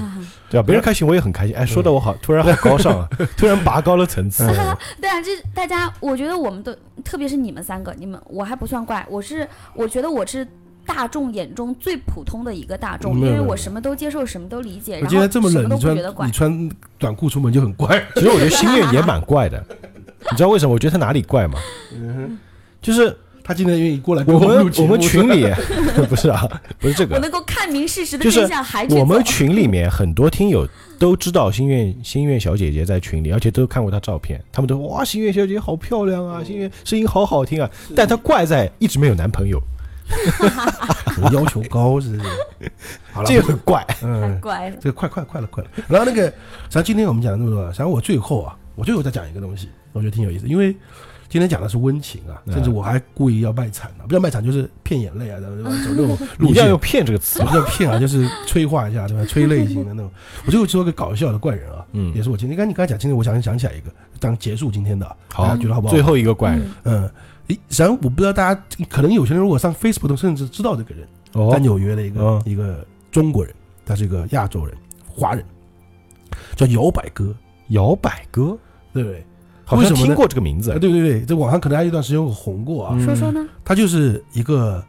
B: 对吧？别人开心我也很开心。哎，说的我好，突然好高尚 啊，突然拔高了层次。
C: 嗯
D: 对啊，这大家，我觉得我们都，特别是你们三个，你们我还不算怪，我是我觉得我是。大众眼中最普通的一个大众，因
C: 没有
D: 为
C: 没有
D: 我什么都接受，什么都理解，
C: 我
D: 然
C: 今
D: 后
C: 天这么
D: 什
C: 冷，
D: 么都
C: 你
D: 不觉得
C: 穿
D: 怪
C: 你。穿短裤出门就很怪。
B: 其实我觉得心愿也蛮怪的，你知道为什么？我觉得他哪里怪吗？就是
C: 他今天愿意过来跟
B: 我
C: 们
B: 们
C: 嗯录节
B: 我
C: 目
B: 们群里 不是啊，不是这
D: 我
B: 个，
D: 能够看明事实的
B: 就是
D: 真相，还去
B: 我们
D: 走
B: 群里面很多听友都知道心愿心愿小姐姐在群里，而且都看过她照片，他们都哇，心愿小姐姐好漂亮啊，心
C: 哦
B: 愿声音好好听啊， 但她怪在一直没有男朋友，啊
C: 我要求高 是不是？好了，
B: 这个很怪。
D: 太
C: 嗯，
D: 哎怪了。
C: 这个快快快了快了。然后那个，咱今天我们讲了那么多，然后我最后啊，我最后再讲一个东西，我觉得挺有意思，因为今天讲的是温情啊，
B: 嗯
C: 甚至我还故意要卖惨啊，不叫卖惨，就是骗眼泪啊，对吧？走那 种
B: 你
C: 路
B: 一定要
C: 线
B: 用“骗”这个词
C: 什，么叫骗啊？就是催化一下，对吧？催泪型的那种。我最后说个搞笑的怪人啊，
B: 嗯
C: 也是我今天，刚你刚才讲，今天我想想起来一个，当结束今天的啊，
B: 好
C: 大家觉得好不好？
B: 最，后一个怪人
D: 嗯
C: 嗯，诶，然后我不知道大家，可能有些人如果上 Facebook 都甚至知道这个人，
B: 哦
C: 在纽约的一个、
B: 嗯
C: 一个中国人，他是一个亚洲人，华人，叫摇摆哥，
B: 摇摆哥，
C: 对不对？
B: 好
C: 为
B: 像
C: 什么
B: 听
C: 呢
B: 过这个呃名字
C: 啊，，对对对，这网上可能还有一段时间有红
B: 嗯
C: 过啊，
D: 嗯说说呢？
C: 他就是一个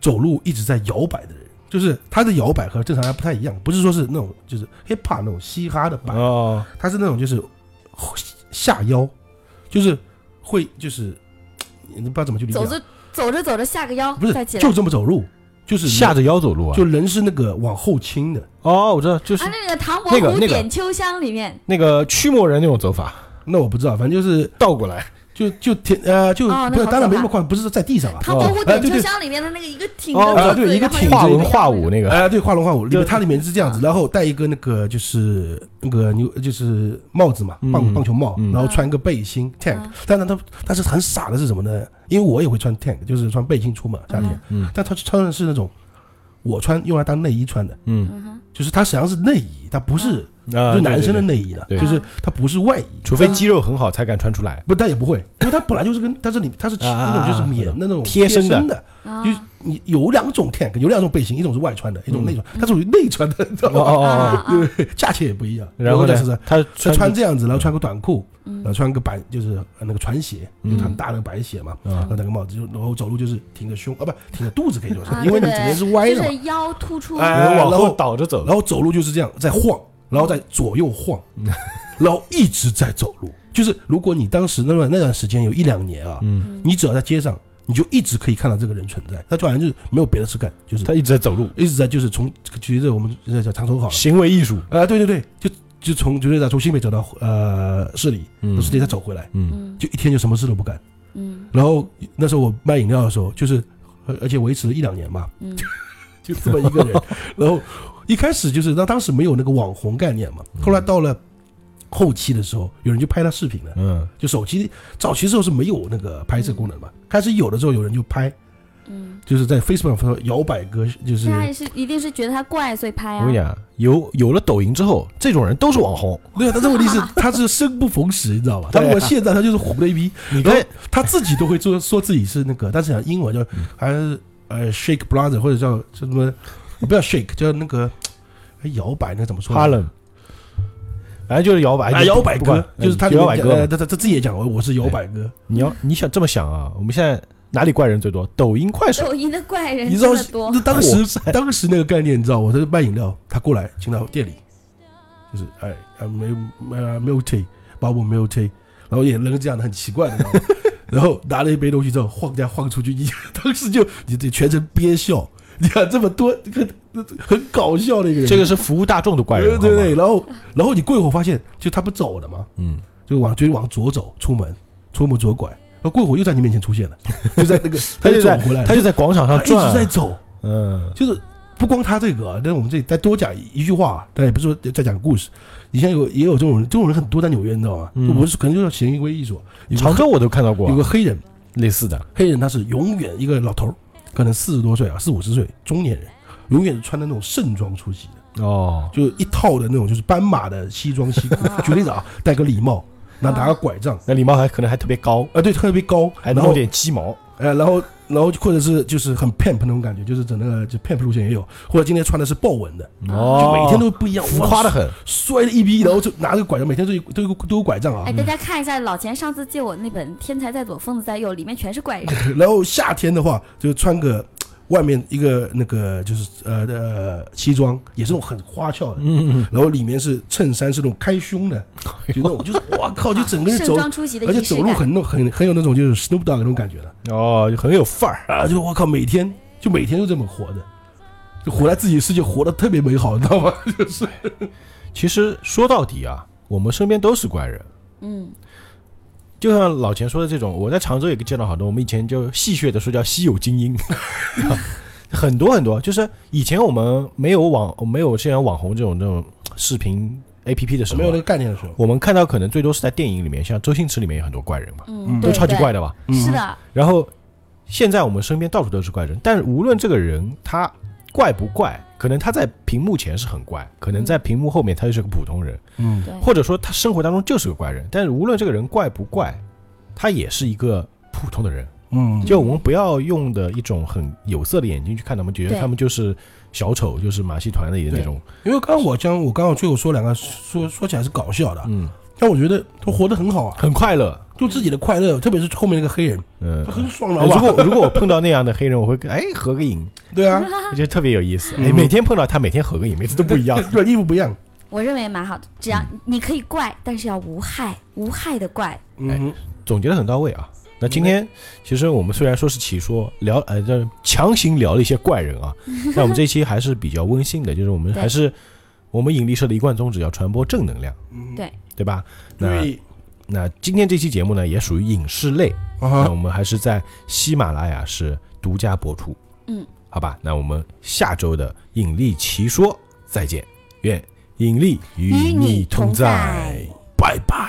C: 走路一直在摇摆的人，就是他的摇摆和正常人还不太一样，不是说是那种就是 hip hop 那种嘻哈的摆，
B: 哦，
C: 他是那种就是下腰，就是会就是你不知道怎么去理解
D: 走
C: 啊，
D: 着走着走着下个腰
C: 不是
D: 再起来
C: 就，这么走路，就是
B: 下着腰走路啊
C: 就，人是那个往后倾的
B: 哦，我知道，就是
D: 啊，那个唐伯
B: 那个
D: 虎
B: 那个
D: 点秋香里面，
C: 哦
B: 那个驱魔人那种走法，
C: 那我不知道，反正就是
B: 倒过来，
C: 就就挺呃就、
D: 哦那
C: 不是
D: 好
C: 当然
D: 可
C: 没
D: 怕
C: 那么快，不是在地上啊，
D: 唐伯虎点
C: 哎对
D: 秋
C: 对
D: 香里面的那个一个挺
B: 哦
D: 着
C: 啊
D: 脖
C: 对
D: 子，
C: 一个
D: 然后
C: 挺
D: 有
B: 画
C: 着
D: 一
B: 文
D: 个
B: 画武那个，
C: 哎，对，画龙画虎，里面
B: 就啊
C: 它里面是这样子，然后戴一个那个就是那个牛就是帽子嘛，
B: 嗯
C: 棒棒球帽，
B: 嗯
C: 然后穿一个背心 tank，
D: 嗯
C: 但是它但是很傻的是什么呢？因为我也会穿 tank，就是穿背心出门夏天，
B: 嗯
C: 但他穿的是那种我穿用来当内衣穿的，
B: 嗯，
C: 就是它实际上是内衣，它不是
B: 啊
C: 就男生
B: 对对对
C: 的，内衣了，
B: 对
C: 就是它不是外衣，
B: 除非肌肉很好才敢穿出来，
C: 不，但也不会，因为它本来就是跟它是里它是
B: 啊啊
C: 那种就是
B: 啊
C: 棉的那种
B: 贴身的
C: 身的，
D: 啊
C: 就是你有两种 tank，有两种背心，一种是外穿的，
B: 嗯
C: 一种内穿，它属于内穿的，你知道
B: 哦
C: 吗？
B: 哦
D: 啊
B: 哦，
D: 啊啊
C: 价钱也不一样。
B: 然后
C: 呢
B: 呢，，
C: 是
B: 他
C: 他
B: 穿
C: 穿这样子，然后穿个短裤，
D: 嗯
C: 然后穿个白就是呃那个船鞋，就
B: 嗯
C: 很大的白鞋嘛，
B: 嗯
C: 然后戴个帽子，就然后走路就是挺着胸啊，不挺着肚子可以说是
D: 啊，
C: 因为你
D: 对
C: 整个人是歪
D: 就
C: 的嘛，
D: 是腰突出，
B: 哎
C: 然后
B: 往后倒着走
C: 然，后走路就是这样在晃，然后在左右 晃，然后一直在走路。就是如果你当时那段那段时间有一两年啊，
B: 嗯
C: 你只要在街上，你就一直可以看到这个人存在，他就好像就是没有别的事干，就是
B: 他一直在走路，
C: 一直在就是从举着我们这叫长头好了。
B: 行为艺术，
C: 啊，对对对，就就从九队长从新北走到呃市里，
B: 嗯
C: 从市里再走回来，
B: 嗯
D: 嗯
C: 就一天就什么事都不干。
D: 嗯
C: 然后那时候我卖饮料的时候，就是呃而且维持了一两年嘛，
D: 嗯
C: 就这么一个人。然后一开始就是那当时没有那个网红概念嘛，后来到了后期的时候，有人就拍他视频了。
B: 嗯
C: 就手机早期时候是没有那个拍摄功能嘛，开始有的时候有人就拍，
D: 嗯，
C: 就是在 Facebook 上摇摆歌，就是
D: 他也是一定是觉得他怪，所以拍
B: 我
D: 啊
B: 跟你。讲，有有了抖音之后，这种人都是网红。
C: 对啊，但是问题是他是生不逢时，你知道吧？他如果现在他就是红的一批，
B: 你
C: 然
B: 看
C: 后，他自己都会说说自己是那个，但是讲英文叫还是呃 shake brother 或者叫叫什么，不要 shake，叫那个哎摇摆那怎么说呢？
B: Harlem，反正哎就是摇摆，
C: 啊，
B: 就
C: 摇
B: 不
C: 摆
B: 不管
C: 哥，就是他
B: 嗯摇摆
C: 里面
B: 哥
C: 呃
B: 嘛。哎
C: 他他他自己也讲我是摇摆哥，
B: 你要你想这么想啊？我们现在哪里怪人最多？抖音、快手，
D: 抖音的怪人
C: 你知道
D: 哎真的多
C: 那，当时当时那个概念你知道，我在卖饮料，他过来进到店里，就是哎啊没呃没有 tea，把我没有 tea，然后也扔这样的很奇怪的，你知道吗 然后拿了一杯东西之后晃家晃出去，你 当时就你这全程憋笑，你看这么多很很搞笑的一个人，
B: 这个是服务大众的怪人
C: 对，对对，
B: 好吗，
C: 然后然后你过一会儿发现，就他不走了嘛，
B: 嗯，
C: 就往就往左走，出门出门左拐，然后过一会儿又在你面前出现了， 就在 那个
B: 他
C: 就
B: 就
C: 走
B: 在
C: 回来了，
B: 他就在广场上
C: 他一
B: 转
C: 直在
B: 啊，
C: 走。
B: 嗯，
C: 就是不光他这个啊，但是我们这里再多讲一句话，但也不是说再讲故事。你像有也有这种人，这种人很多，在纽约，你知道吗？
B: 嗯
C: 我们是可能就是行为艺术。有个
B: 常州我都看到
C: 有
B: 过啊
C: 个黑人，
B: 类似的，
C: 黑人他是永远一个老头儿，可能四十多岁啊，四五十岁中年人，永远穿的那种盛装出席的，
B: 哦，
C: 就一套的那种就是斑马的西装西裤，举例子啊，戴个礼帽，拿拿个拐杖。
B: 那礼貌还可能还特别高，
C: 啊，对，特别高，
B: 还
C: 然后
B: 弄点鸡毛，
C: 呃，然后然后或者是就是很 pimp 那种感觉，就是整个就 pimp 路线也有，或者今天穿的是豹纹的，
B: 哦
C: 就，每天都不一样，
B: 浮夸的很，
C: 摔了一逼，然后就拿着拐杖，每天都有都有都有拐杖啊
D: 哎，。大家看一下，老钱上次借我那本《天才在左，疯子在右》，里面全是怪人。
C: 然后夏天的话，就穿个外面一个那个就是呃呃西装，也是那种很花俏的，
B: 嗯，
C: 然后里面是衬衫，是那种开 胸的，就那种就是哇靠，就整个人
D: 盛
C: 走，
D: 装出席的
C: 而且
D: 仪式
C: 走路
D: 感，
C: 很那很很有那种就是 Snoop Dogg 那种感觉的
B: 哦，就很有范儿，
C: 啊，就我靠，每天就每天就这么活着。就活在自己世界，活得特别美好，你知道吗？ 就是
B: 其实说到底啊，我们身边都是怪人。
D: 嗯，
B: 就像老钱说的这种，我在常州也见到好多。我们以前就戏谑的说叫稀有精英， 很多很多。就是以前我们没有网，没有现在网红这种这种视频 A P P 的时候
C: 没
B: 啊，
C: 有那个概念的时候，
B: 我们看到可能最多是在电影里面，像周星驰里面有很多怪人嘛，
D: 嗯，
B: 都
D: 对
B: 超级
D: 对
B: 怪的吧。
C: 嗯
D: 是的，
B: 然后现在我们身边到处都是怪人，但是无论这个人他怪不怪，可能他在屏幕前是很怪，可能在屏幕后面他就是个普通人。
C: 嗯，
D: 对，
B: 或者说他生活当中就是个怪人，但是无论这个人怪不怪，他也是一个普通的人。
C: 嗯，
B: 就我们不要用的一种很有色的眼睛去看他们，觉得
D: 对
B: 他们就是小丑，就是马戏团里的那种。
C: 因为刚刚我将我刚刚最后说两个说说起来是搞笑的啊，
B: 嗯，
C: 但我觉得他活得很好啊，
B: 很快乐。
C: 就自己的快乐，特别是后面那个黑人，
B: 嗯
C: 他，很啊爽
B: 呃
C: 朗
B: 如
C: 吧？
B: 果如果我碰到那样的黑人，我会跟哎合个影，
C: 对 啊，
B: 我觉得特别有意思。哎，
C: 嗯
B: 每天碰到他，每天合个影，每次都不一样。
C: 对，衣服不一样。
D: 我认为蛮好的。只要你可以怪，但是要无害，无害的怪。
C: 嗯，
B: 总结的很到位啊。那今
D: 嗯
B: 天其实我们虽然说是起说聊呃，这强行聊了一些怪人 啊，但我们这一期还是比较温馨的，就是我们
D: 对
B: 还是我们引力社的一贯宗旨，要传播正能量，
D: 对
B: 对吧？那
C: 对，
B: 那今天这期节目呢，也属于影视类，
C: 啊
B: 那
C: 哈
B: 我，们还是在喜马拉雅是独家播出，
D: 嗯，
B: 好吧？那我们下周的引力奇说再见，愿引力与
D: 与你
B: 你同
D: 同
B: 在
D: 在，
B: 拜拜。